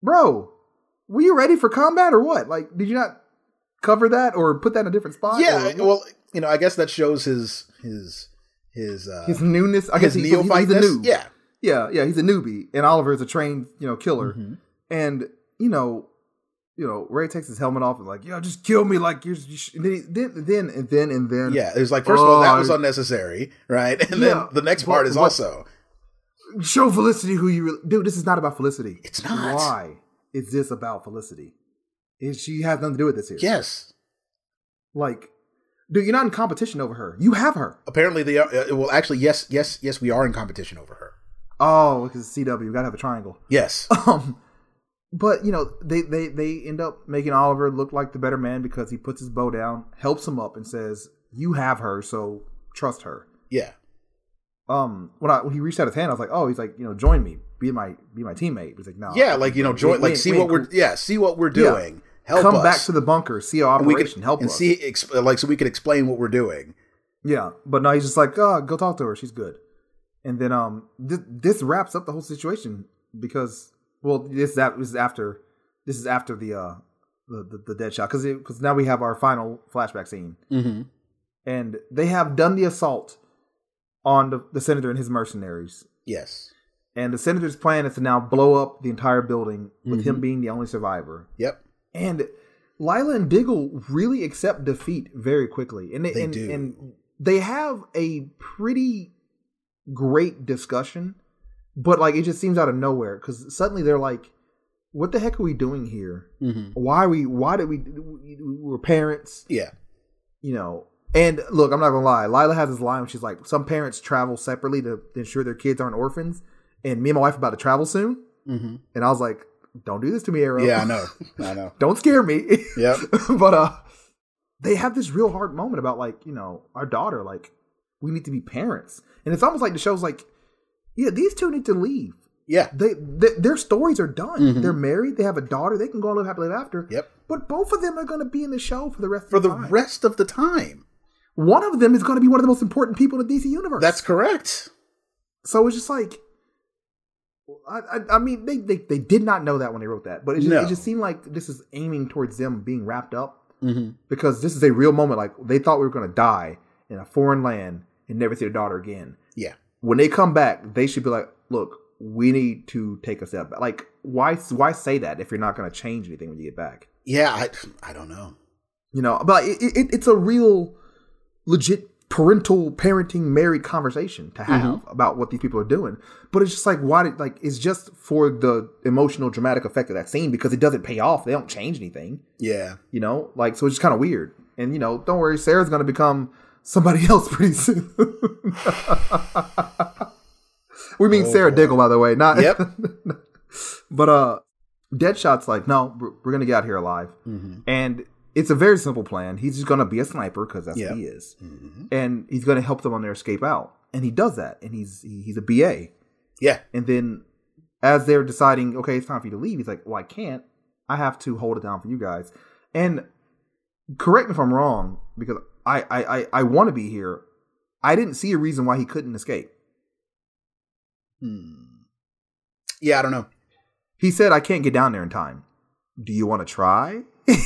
bro? Were you ready for combat or what? Like, did you not cover that or put that in a different spot? Yeah. or- Well, you know, I guess that shows his his his uh his newness. I guess his he's, he's a neophyteness. noob. Yeah. Yeah, yeah, he's a newbie, and Oliver is a trained, you know, killer. Mhm. And you know, you know, Ray takes his helmet off and like, yo, just kill me, like you're. You sh-. And then, he- then, then, and then, and then, Yeah, it was like first of all Oh, that was I- unnecessary, right? And Yeah. then the next part is What- what- also Show Felicity who you really, dude. This is not about Felicity. It's not. Why is this about Felicity? Is she has nothing to do with this here? yes. Like, dude, you're not in competition over her. You have her. Apparently they are. Uh, well, actually, yes, yes, yes. We are in competition over her. Oh, because it's CW, we gotta have a triangle. <laughs> Yes, Um, but you know, they they they end up making Oliver look like the better man because he puts his bow down, helps him up, and says, "You have her, so trust her." yeah, Um, when I when he reached out his hand, I was like, "Oh, he's like, you know, join me, be my be my teammate." He's like, "No, yeah. Like you know, join. Oh, we Like ain't- see we what ain't we're cool. yeah, see what we're Yeah. doing. Help come us. back to the bunker, see our and we operation, can help and us." see exp- like so we can explain what we're doing. Yeah, but no, he's just like, "Oh, go talk to her, she's good." And then um, th- this wraps up the whole situation because well, this that this is after this is after the uh the the, the dead shot because because now we have our final flashback scene. Mm-hmm. and they have done the assault on the, the senator and his mercenaries. Yes. And the senator's plan is to now blow up the entire building with him being the only survivor. Yep. And Lila and Diggle really accept defeat very quickly, and they, They and, do. and they have a pretty great discussion, but like it just seems out of nowhere because suddenly they're like, "What the heck are we doing here? Mm-hmm. Why are we? Why did we? We were parents Yeah. you know. And look, I'm not gonna lie. Lila has this line. Where she's like, some parents travel separately to ensure their kids aren't orphans. And me and my wife about to travel soon. Mm-hmm. And I was like, don't do this to me, Arrow. Yeah. I know. I know. don't scare me. <laughs> Yep. but uh, they have this real hard moment about like, you know, our daughter. Like, we need to be parents. And it's almost like the show's like, yeah, these two need to leave. Yeah. They, th- their stories are done. Mhm. They're married. They have a daughter. They can go and live happily ever after. Yep. But both of them are gonna be in the show for the rest For of the the time rest of the time. one of them is going to be one of the most important people in the DC universe. That's correct. so it's just like, I, I, I mean, they, they they did not know that when they wrote that, but it just, No. it just seemed like this is aiming towards them being wrapped up Mm-hmm. because this is a real moment. Like they thought we were going to die in a foreign land and never see their daughter again. Yeah. When they come back, they should be like, look, we need to take a step back. Like why why say that if you're not going to change anything when you get back? Yeah. I. I don't know. you know but it, it, it's a real legit parental parenting married conversation to have about what these people are doing but it's just like why did like it's just for the emotional dramatic effect of that scene because it doesn't pay off they don't change anything Yeah. you know like so it's just kind of weird and you know don't worry sarah's gonna become somebody <laughs> else pretty soon we mean Oh, sarah boy. diggle by the way not Yep. <laughs> but uh Deadshot's like, no, we're, we're gonna get out here alive, Mm-hmm. and it's a very simple plan. He's just gonna be a sniper because that's Yeah. what he is, Mm-hmm. and he's gonna help them on their escape out. And he does that, and he's he, he's a BA. Yeah. And then as they're deciding, okay, it's time for you to leave, he's like, well, I can't. I have to hold it down for you guys. And correct me if I'm wrong, because I I I, I want to be here. I didn't see a reason why he couldn't escape. Hmm. Yeah, I don't know. He said, I can't get down there in time. Do you want to try? <laughs>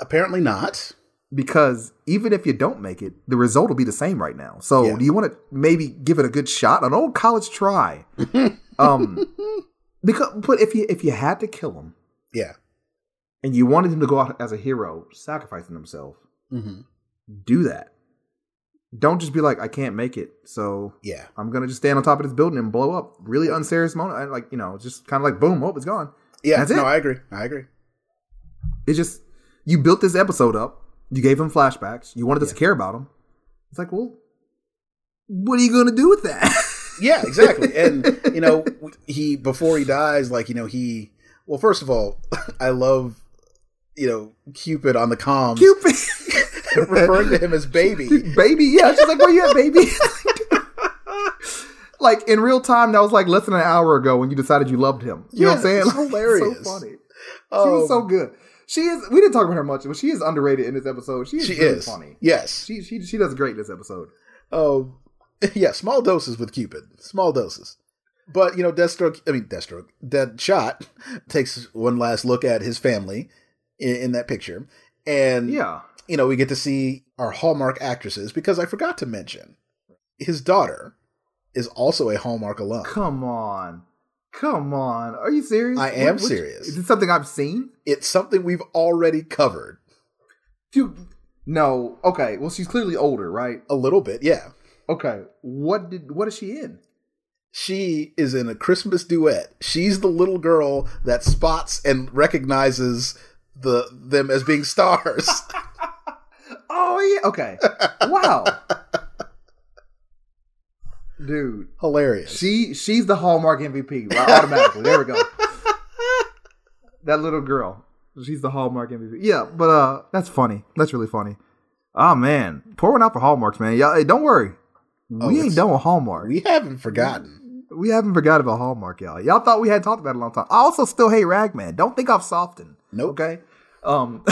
Apparently not. because even if you don't make it, the result will be the same right now. So Yeah. do you want to maybe give it a good shot, an old college try? um, because but if you if you had to kill him Yeah. and you wanted him to go out as a hero, sacrificing himself, hmm do that. Don't just be like, I can't make it, so Yeah. I'm gonna just stand on top of this building and blow up. Really unserious moment, I- like you know, just kind of like boom, oh, it's gone. Yeah. That's no, it. I agree. I agree. It's just you built this episode up. You gave him flashbacks. You wanted us to care about him. It's like, well, what are you gonna do with that? <laughs> Yeah, exactly. and you know, he before he dies, like you know, he well, first of all, <laughs> I love you know Cupid on the comms Cupid, <laughs> referring to him as <laughs> baby. baby. Yeah, she's like, where you at, baby? <laughs> like in real time, that was like less than an hour ago when you decided you loved him. You know what I'm Yeah, saying? it's <laughs> Like, hilarious. so funny. she Oh, was so good. She is. We didn't talk about her much, but she is underrated in this episode. She is she really is funny. Yes. She she she does great in this episode. Oh, <laughs> yeah. Small doses with Cupid. Small doses. But you know, Deathstroke. I mean, Deathstroke. Deadshot <laughs> takes one last look at his family in, in that picture, and Yeah. you know, we get to see our Hallmark actresses because I forgot to mention his daughter is also a Hallmark alum. Come on. Come on. Are you serious? I What- am what- serious. Is it something I've seen? It's something we've already covered Dude. No. Okay. Well, she's clearly older, right? a little bit. Yeah. Okay. What did what is she in? She is in a Christmas duet. She's the little girl that spots and recognizes the them as being stars. <laughs> Oh yeah. Okay. Wow. Dude, Hilarious. she she's the Hallmark MVP right, automatically. there we go. That little girl, she's the Hallmark MVP. Yeah, but uh, that's funny. That's really funny. Oh man, pour one out for Hallmarks, man. Y'all, hey, don't worry, Oh, we it's- ain't done with Hallmark. we haven't forgotten. We haven't forgot about Hallmark, y'all. Y'all thought we had talked about it a long time. I also still hate Ragman. Don't think I've softened. Nope. Okay. Um.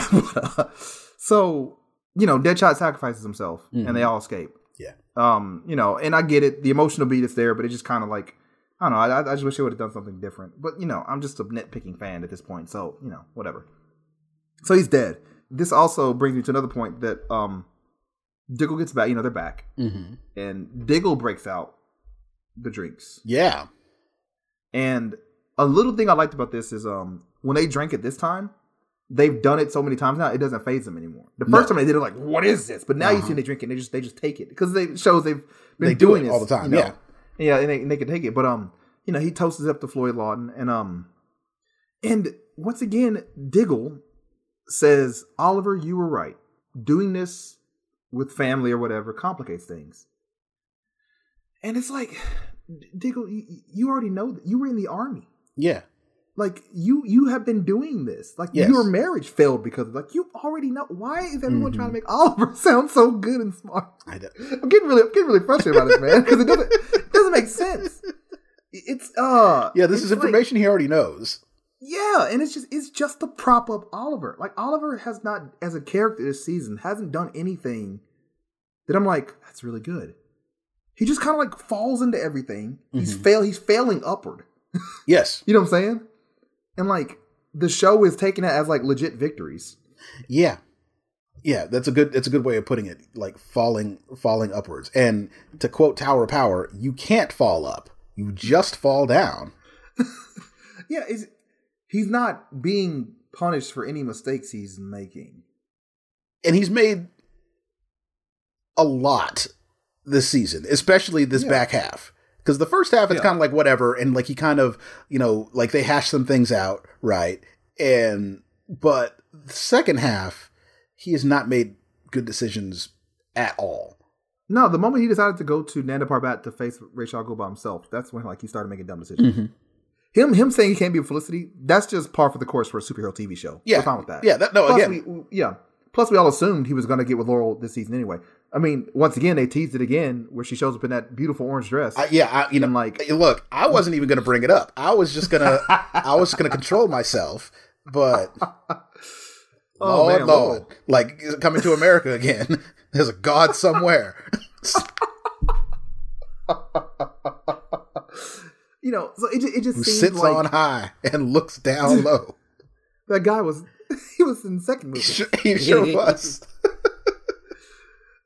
<laughs> so you know, Deadshot sacrifices himself, and they all escape. Yeah. Um. You know, and I get it. The emotional beat is there, but it just kind of like I don't know. I, I just wish they would have done something different. But you know, I'm just a nitpicking fan at this point, so you know, whatever. So he's dead. This also brings me to another point that um, Diggle gets back. You know, they're back, Mm-hmm. and Diggle breaks out the drinks. Yeah. And a little thing I liked about this is um when they drank it this time, they've done it so many times now it doesn't phase them anymore. The No. first time they did it, like what is this? But now you Uh-huh. see they drink it, and they just they just take it because they shows they've been They do doing it this all the time, you know. yeah. yeah, and they, and they can take it. But um, you know, he toasts it up to Floyd Lawton, and um, and once again, Diggle says, Oliver, you were right. Doing this with family or whatever complicates things. And it's like, Diggle, you, you already know that you were in the army. Yeah. Like you, you have been doing this. Like Yes. your marriage failed because, like, you already know. Why is everyone Mhm. trying to make Oliver <laughs> sound so good and smart? I do. I'm getting really, I'm getting really frustrated about this, man, because it doesn't, it doesn't make sense. It's uh, Yeah, this it's is like- information he already knows. yeah, and it's just it's just to prop up Oliver. Like Oliver has not, as a character this season, hasn't done anything that I'm like, that's really good. He just kind of like falls into everything. He's Mhm. fail. He's failing upward. Yes. You know what I'm saying? And like the show is taking it as like legit victories. Yeah. Yeah, that's a good that's a good way of putting it. Like falling falling upwards. And to quote Tower of Power, you can't fall up. You just fall down. Yeah, is he's not being punished for any mistakes he's making. And he's made a lot this season, especially this Yeah. back half. Because the first half it's Yeah. kind of like whatever, and like he kind of, you know, like they hash some things out, right? And but the second half, he has not made good decisions at all. No, the moment he decided to go to Nanda Parbat to face Rachel Go by himself, that's when like he started making dumb decisions. Mm-hmm. him him saying he can't be with Felicity, that's just par for the course for a superhero TV show. Yeah. We're fine with that. Yeah, that, no, Plus again, we yeah. Plus we all assumed he was going to get with Laurel this season anyway. I mean, once again they teased it again where she shows up in that beautiful orange dress. I, yeah, I, you know, And, like- look, I wasn't even going to bring it up. I was just <laughs> gonna, I was gonna control myself. But Oh, Lord, man, Lord, Lord. like coming to America again. <laughs> There's a God somewhere. <laughs> <laughs> you know, so it, ju- it just who seems sits like on high and looks <laughs> down low. that guy was <laughs> he was in the he second movie. sure, <laughs> he sure was.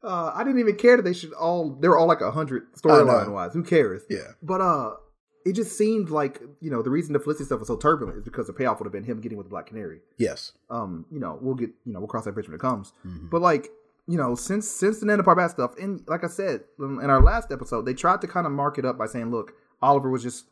Uh, I didn't even care that they should all they were all like a hundred I storyline know. wise. Who cares? Yeah. But uh it just seemed like, you know, the reason the Felicity stuff was so turbulent is because the payoff would have been him getting with the Black Canary. Yes. Um, you know, we'll get you know, we'll cross that bridge when it comes. But like, you know, since since the Nana Parbat stuff, and like I said um, in our last episode, they tried to kind of mark it up by saying, look, Oliver was just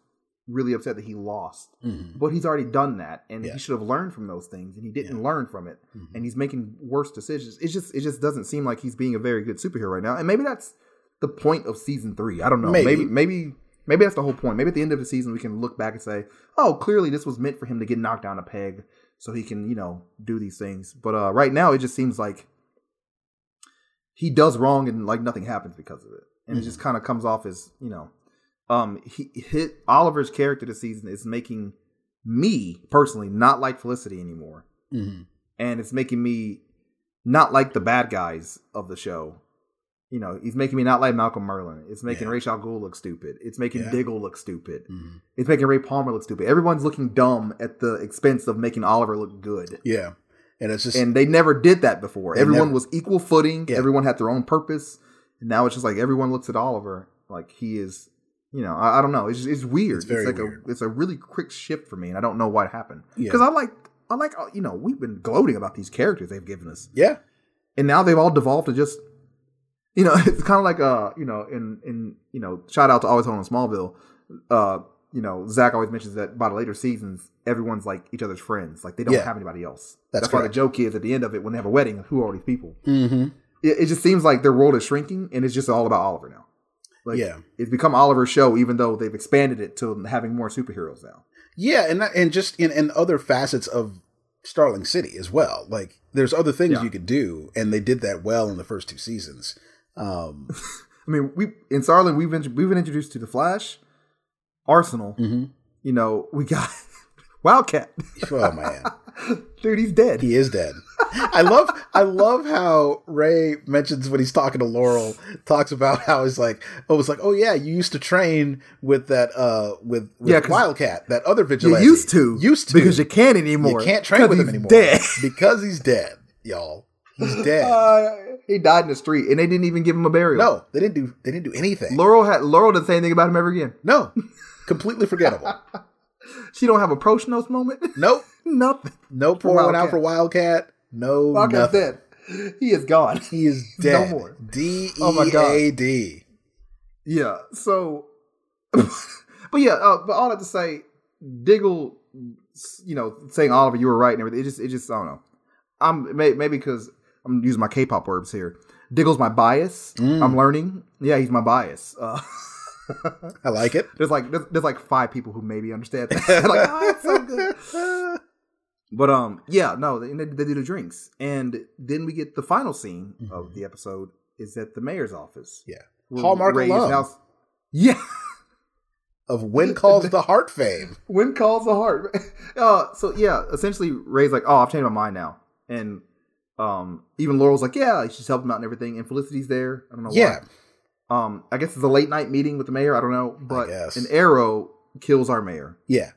really upset that he lost. But he's already done that and Yeah. he should have learned from those things and he didn't learn from it. And he's making worse decisions. It's just it just doesn't seem like he's being a very good superhero right now. And maybe that's the point of season three. I don't know. Maybe. Maybe maybe maybe that's the whole point. Maybe at the end of the season we can look back and say, Oh, clearly this was meant for him to get knocked down a peg so he can, you know, do these things. But uh right now it just seems like he does wrong and like nothing happens because of it. And it just kind of comes off as, you know, um he hit Oliver's character this season is making me personally not like Felicity anymore. Mm-hmm. And it's making me not like the bad guys of the show. You know, he's making me not like Malcolm Merlin. It's making Yeah. Rachel Gould look stupid. It's making Yeah. Diggle look stupid. Mm-hmm. It's making Ray Palmer look stupid. Everyone's looking dumb at the expense of making Oliver look good. Yeah. And it's just And they never did that before. They Everyone never- was equal footing. Yeah. Everyone had their own purpose. And now it's just like everyone looks at Oliver like he is, you know, I, I don't know. It's just, it's weird. It's very like weird. a it's a really quick shift for me, and I don't know what happened Yeah. because I like I like uh, you know we've been gloating about these characters they've given us, yeah. and now they've all devolved to just you know <laughs> it's kind of like uh you know in in you know shout out to always home in Smallville, uh you know Zach always mentions that by the later seasons everyone's like each other's friends like they don't Yeah. have anybody else. That's why the correct. joke is at the end of it when they have a wedding, who are all these people? Mm-hmm. It, it just seems like their world is shrinking, and it's just all about Oliver now. Like, yeah. it's become Oliver's show, even though they've expanded it to having more superheroes now. Yeah, and that- and just in, in other facets of Starling City as well. Like there's other things Yeah. you could do, and they did that well in the first two seasons. Um, <laughs> I mean, we in Starling we've been, we've been introduced to the Flash, Arsenal. Mhm. You know, we got <laughs> Wildcat. <laughs> Oh man, Dude, he's dead. he is dead. I love I love how Ray mentions when he's talking to Laurel, talks about how he's like, oh, it's like, oh yeah, you used to train with that uh with, with Yeah, 'cause Wildcat, that other you vigilante. used to, used to because you can't anymore. You can't train 'cause with him he's anymore. Dead. <laughs> because he's dead, y'all. He's dead. Uh, he died in the street, and they didn't even give him a burial. no, they didn't do they didn't do anything. Laurel had Laurel didn't say anything about him ever again. no. Completely forgettable. She don't have a Prochnos moment. <laughs> Nope. Nothing. No pouring out Wildcat. for Wildcat. No Wildcat's nothing. dead. He is gone. He is dead. No more. D Oh my E God. A D. Yeah. So, <laughs> but yeah. Uh, but all that to say, Diggle, you know, saying Oliver, you were right, and everything. It just, it just, I don't know. I'm may, maybe because I'm using my K-pop words here. Diggle's my bias. Mm. I'm learning. Yeah, he's my bias. Uh, <laughs> I like it. there's like there's, there's like five people who maybe understand that. <laughs> like, oh, it's so <laughs> good. But um, yeah, no, they, they do the drinks, and then we get the final scene of the episode is at the mayor's office. Mm-hmm. Yeah. Where Hallmark Ray is alum. now- <laughs> Yeah. Of when calls the heart fame. When calls the heart. <laughs> Uh, so yeah, essentially Ray's like, oh, I've changed my mind now, and um, even Laurel's like, yeah, she's helped him out and everything, and Felicity's there. I don't know. Yeah. Why. Um, I guess it's a late night meeting with the mayor. I don't know, but guess. an arrow kills our mayor. Yeah.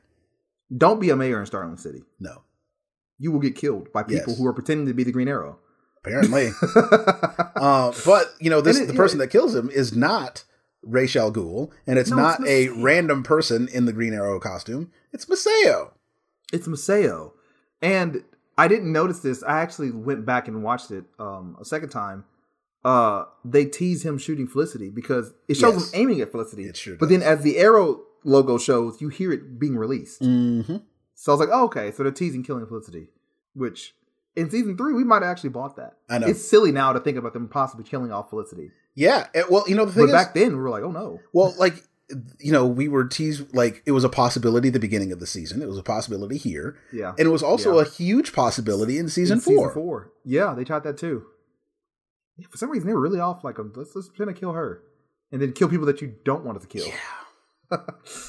Don't be a mayor in Starling City. No. You will get killed by people Yes. who are pretending to be the Green Arrow. <laughs> Apparently. uh, but you know, this And it- the yeah, person it- that kills him is not Ra's al Ghul, and it's No, not it's a Maceo. random person in the Green Arrow costume. It's Maseo. It's Maseo. And I didn't notice this. I actually went back and watched it um, a second time. Uh, they tease him shooting Felicity because it shows Yes. him aiming at Felicity. It sure but then as the arrow logo shows, you hear it being released. Mm-hmm. So I was like, oh, okay, so they're teasing killing Felicity, which in season three, we might have actually bought that. I know. It's silly now to think about them possibly killing off Felicity. Yeah. it- well, you know the thing but is, back then, we were like, oh no. well, like you know, we were teased like it was a possibility at the beginning of the season. It was a possibility here, Yeah. and it was also Yeah. a huge possibility in season In four. four. Yeah, they tried that too. Yeah, for some reason, they were really off. Like, um, let's let's pretend to kill her, and then kill people that you don't want us to kill. Yeah,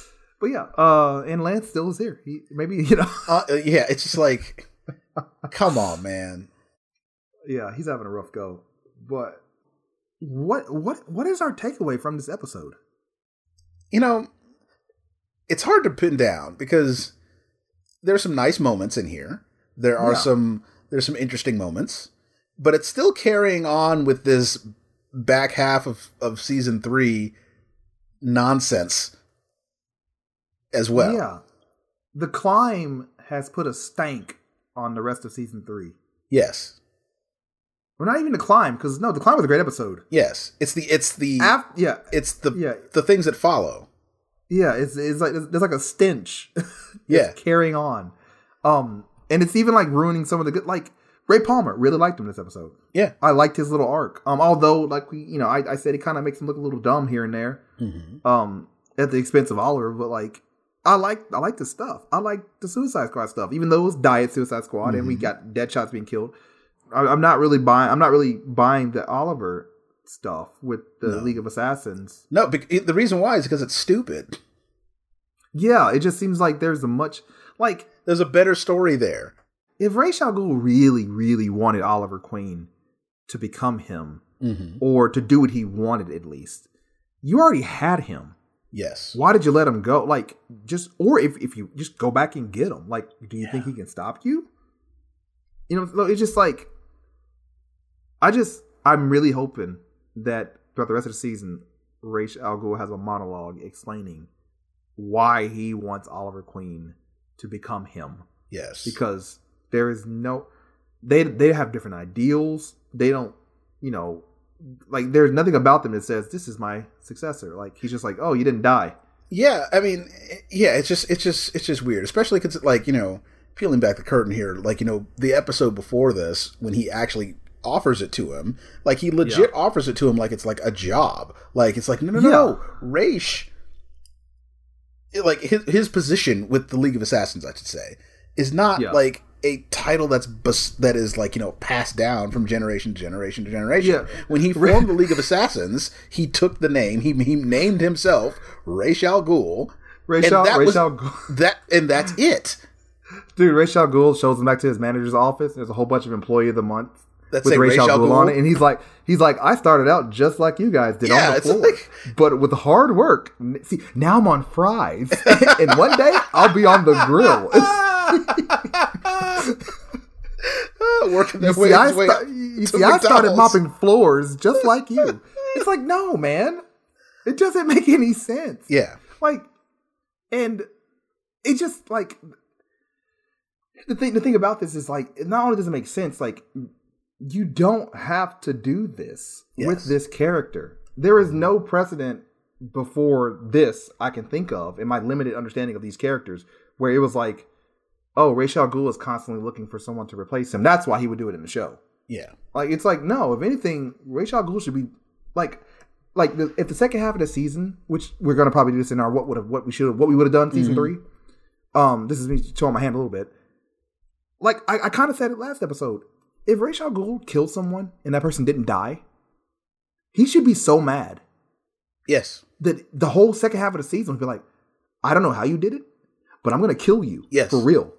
<laughs> But yeah, uh, and Lance still is here. He maybe <laughs> you know. uh, uh, yeah. It's just like, come on, man. yeah, he's having a rough go. But what what what is our takeaway from this episode? You know, it's hard to pin down because there's some nice moments in here. There are Yeah. some there's some interesting moments, but it's still carrying on with this back half of of season three nonsense as well. yeah, the climb has put a stank on the rest of season three. Yes. Well, not even the climb, because no, the climb was a great episode. Yes. It's the it's the Af- yeah, it's the yeah. the things that follow. yeah, it's it's like there's like a stench Yeah. carrying on, um, and it's even like ruining some of the good. Like Ray Palmer really liked him this episode. Yeah. I liked his little arc. Um, although like we, you know, I, I said it kind of makes him look a little dumb here and there. Mhm. um at the expense of Oliver, but like I like I like the stuff. I like the Suicide Squad stuff, even though it was Diet Suicide Squad and we got Deadshots being killed. I, I'm not really buying. I'm not really buying the Oliver stuff with the No. League of Assassins. No, bec- the reason why is because it's stupid. Yeah, it just seems like there's a much like There's a better story there. if Ray Shal Ghul really, really wanted Oliver Queen to become him Mm-hmm. or to do what he wanted, at least you already had him. Yes. why did you let him go? Like, just or if, if you just go back and get him, like, do you think he can stop you? You know, no, it's just like I just I'm really hoping that throughout the rest of the season, Raish Al Ghul has a monologue explaining why he wants Oliver Queen to become him Yes. because there is no they they have different ideals. They don't, you know, like there's nothing about them that says this is my successor. Like he's just like, oh, you didn't die. Yeah, I mean, i- yeah, it's just it's just it's just weird, especially because like you know, peeling back the curtain here, like you know, the episode before this when he actually offers it to him, like he legit offers it to him, like it's like a job, like it's like no no no, no. Raish, eh, like his his position with the League of Assassins, I should say, is not Yeah. like a title that's bes- that is like you know passed down from generation to generation to generation. Yeah. When he formed the League of Assassins, he took the name. He, he named himself Ra's al Ghul. And Rachel, that Rachel, was- Ghul, That and that's <laughs> it. dude, Rachel Gould shows him back to his manager's office. There's a whole bunch of employee of the month That with say Ra's Rachel al Gould on Ghul? it, and he's like, he's like, I started out just like you guys did Yeah, on the it's floor, like- but with hard work. N- See, now I'm on fries, <laughs> and one day I'll be on <laughs> the grill. Ah, working You their see, way, I, way sta- up you to see, I started McDonald's. mopping floors just like you. it's like, no, man. It doesn't make any sense. Yeah, Like, and it just like the thing. The thing about this is like, not only does it make sense, like you don't have to do this with Yes. this character. There is no precedent before this I can think of in my limited understanding of these characters where it was like, oh, Rachel Gould is constantly looking for someone to replace him. That's why he would do it in the show. yeah, Like it's like no, if anything, Rachel Gould should be like like the, if the second half of the season, which we're gonna probably do this in our what would have what we should have what we would have done season three. Um, this is me showing my hand a little bit. Like I, I kind of said it last episode. If Rachel Gould killed someone and that person didn't die, he should be so mad yes, that the whole second half of the season would be like, I don't know how you did it, but I'm gonna kill you. Yes. For real.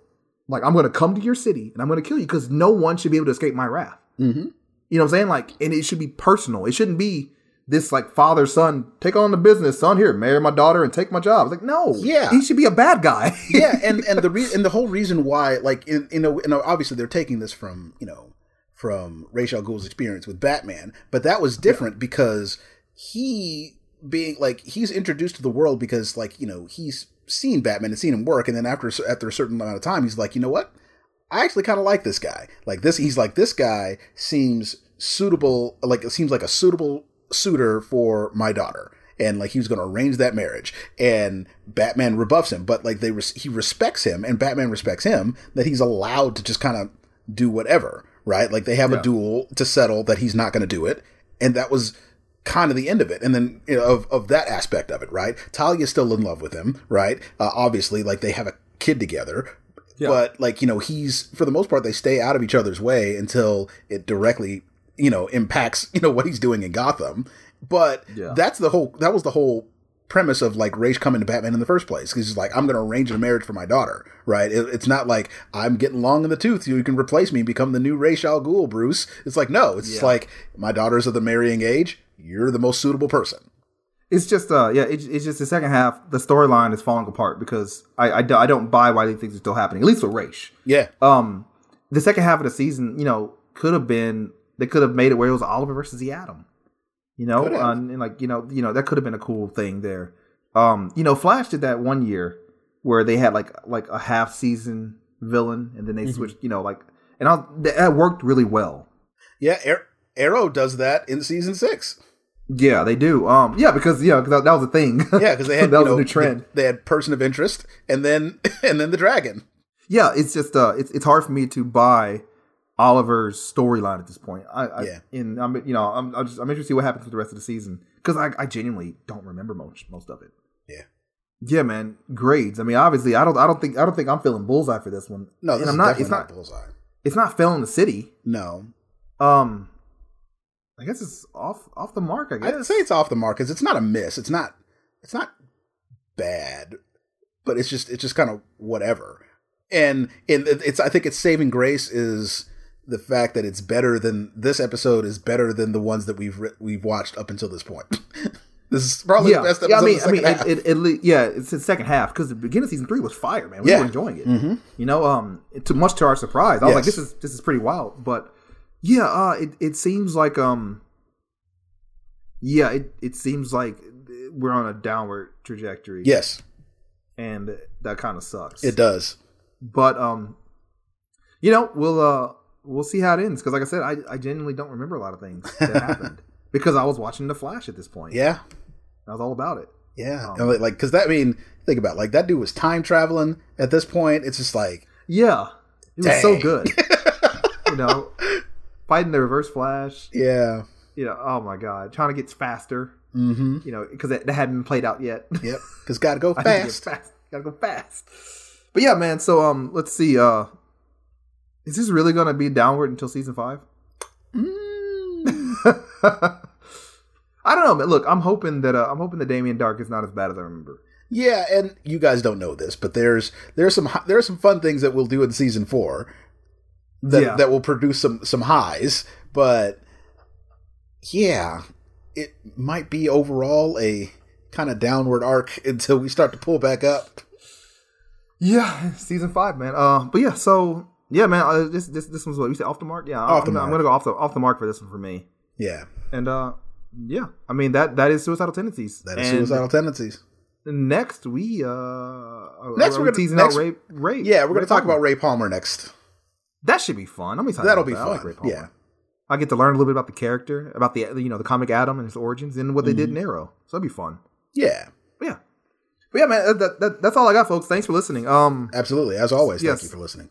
Like I'm gonna come to your city and I'm gonna kill you because no one should be able to escape my wrath. mm-hmm. You know what I'm saying? Like, and it should be personal. It shouldn't be this like father son take on the business son here marry my daughter and take my job. It's like no, Yeah. he should be a bad guy. <laughs> yeah. And and the re- and the whole reason why, like, in in a, and obviously they're taking this from you know from Ra's al Ghul's experience with Batman, but that was different because he being like he's introduced to the world because like you know he's seen Batman and seen him work, and then after a cer- after a certain amount of time, he's like, you know what, I actually kind of like this guy. Like this, he's like this guy seems suitable. Like it seems like a suitable suitor for my daughter, and like he was going to arrange that marriage. And Batman rebuffs him, but like they res- he respects him, and Batman respects him that he's allowed to just kind of do whatever, right? Like they have a duel to settle that he's not going to do it, and that was kind of the end of it and then you know of, of that aspect of it right talia's still in love with him right uh, obviously like they have a kid together Yeah. but like you know he's for the most part they stay out of each other's way until it directly you know impacts <laughs> you know what he's doing in gotham but Yeah. that's the whole that was the whole premise of like Raish coming to Batman in the first place. 'Cause he's like, I'm going to arrange a marriage for my daughter, right? It- it's not like I'm getting long in the tooth. so You can replace me, become the new Raish Al Ghul, Bruce. It's like, no, it's just Yeah. like my daughter's of the marrying age. You're the most suitable person. It's just uh yeah, it, it's just the second half. The storyline is falling apart because I, I, do- I don't buy why these things are still happening. At least with Raish. Yeah, Um, the second half of the season, you know, could have been they could have made it where it was Oliver versus the Atom. You know, Could have. and, and like you know, you know that could have been a cool thing there. Um, you know, Flash did that one year where they had like like a half season villain, Mm-hmm. and then they switched. You know, like and I, that worked really well. yeah. Ar- Arrow does that in season <laughs> six. Yeah, they do. Um, yeah, because yeah, 'cause that, that was a thing. <laughs> Yeah, because they had that you was know, a new trend. They, they had person of interest, and then <laughs> and then the dragon. yeah, it's just uh, it's it's hard for me to buy Oliver's storyline at this point. I, I Yeah. and I'm you know I'm I'm, just, I'm interested to see what happens with the rest of the season because I, I genuinely don't remember most most of it. Yeah. yeah, man. Grades. I mean, obviously, I don't I don't think I don't think I'm feeling bullseye for this one. No, And this I'm is not. definitely It's not. not bullseye. It's not failing the city. No, Um, I guess it's off off the mark. I guess I'd say it's off the mark because it's not a miss. It's not. It's not bad, but it's just it's just kind of whatever. And and it- it's I think it's saving grace is the fact that it's better than this episode is better than the ones that we've re- we've watched up until this point. <laughs> this is probably the best episode. Yeah, I mean, of the I mean, second half. it, it, it, le- yeah, it's the second half because the beginning of season three was fire, man. We Yeah. Mm-hmm. were enjoying it. You know, um, to much to our surprise, I was like, Yes. this is this is pretty wild. But yeah, uh, it it seems like um, yeah, it it seems like we're on a downward trajectory. yes, and that kind of sucks. it does. But um, you know, we'll uh we'll see how it ends because, like I said, I I genuinely don't remember a lot of things <laughs> that happened because I was watching The Flash at this point. Yeah, I was all about it. yeah. Um, And, like because that I mean think about it, like that dude was time traveling at this point. It's just like Yeah. It was so Dang. <laughs> good. you know, fighting the reverse flash, yeah. you know, oh my God, trying to get faster, Mm-hmm. you know, because that, that hadn't been played out yet. <laughs> Yep. Because gotta go I need to get fast. fast. Gotta go fast. But yeah, man, so um, let's see. Uh, is this really going to be downward until season five? <laughs> Mm. I don't know, man. Look, I'm hoping that uh, I'm hoping that Damien Dark is not as bad as I remember. Yeah, and you guys don't know this, but there's there's some hi- there are some fun things that we'll do in season four that Yeah. that will produce some some highs, but yeah, it might be overall a kind of downward arc until we start to pull back up. Yeah, <laughs> season five, man. Uh, but yeah, so yeah, man. Uh, this this this one's what you said off the mark. Yeah, Off the I'm, mark. I'm gonna go off the off the mark for this one for me. Yeah, And uh, yeah, I mean that that is suicidal tendencies. that is And suicidal tendencies. Next we uh are- Next are we're we gonna- teasing next- out rape rape. Yeah, we're gonna Ray talk Palmer. about Ray Palmer next. that. Should be fun. I'm excited. That'll about be that. I like fun. Ray Palmer. yeah, I get to learn a little bit about the character, about the you know the comic Adam and his origins, and what they did in Mm-hmm. Arrow. So that'd be fun. yeah, But yeah, but yeah, man. That, that, that's all I got, folks. Thanks for listening. Um, absolutely. As always, Yes. thank you for listening.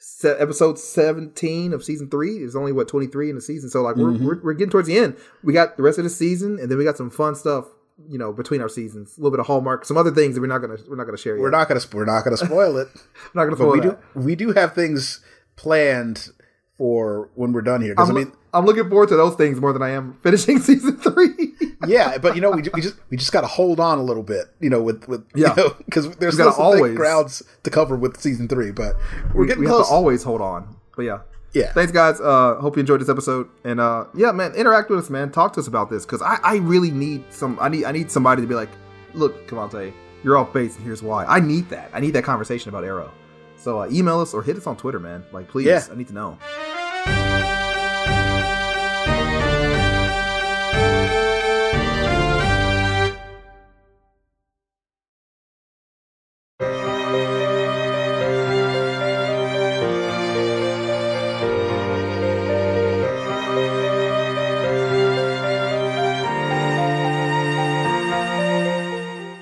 se- episode 17 of season three is only what 23 in the season so like Mm-hmm. we're, we're, we're getting towards the end we got the rest of the season and then we got some fun stuff you know between our seasons a little bit of hallmark some other things that we're not gonna we're not gonna share We're yet. not gonna we're not gonna spoil <laughs> it. we're not gonna But spoil we that. do we do have things planned for when we're done here. Because I I'm, mean, I'm looking forward to those things more than I am <laughs> finishing season three. yeah, but you know, we, ju- we just we just got to hold on a little bit, you know, with with Yeah. because there's We gotta still some thick always- grounds to cover with season three, but we're we getting we have close. to always hold on. But yeah, yeah, thanks guys. Uh, hope you enjoyed this episode. And uh, yeah, man, interact with us, man. Talk to us about this because I, I really need some. I need I need somebody to be like, look, Cavante, you're off base, and here's why. I need that. I need that conversation about Arrow. So uh, email us or hit us on Twitter, man. Like, please, Yeah. I need to know.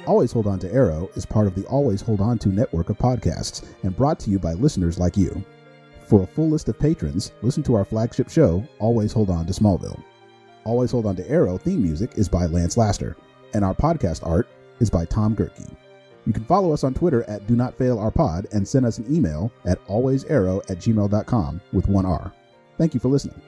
Always Hold On to Arrow is part of the Always Hold On to network of podcasts and brought to you by listeners like you. For a full list of patrons, listen to our flagship show, Always Hold On to Smallville. Always Hold On to Arrow theme music is by Lance Laster, and our podcast art is by Tom Gerke. You can follow us on Twitter at Do Not Fail Our Pod and send us an email at alwaysarrow at gmail.com with one R. Thank you for listening.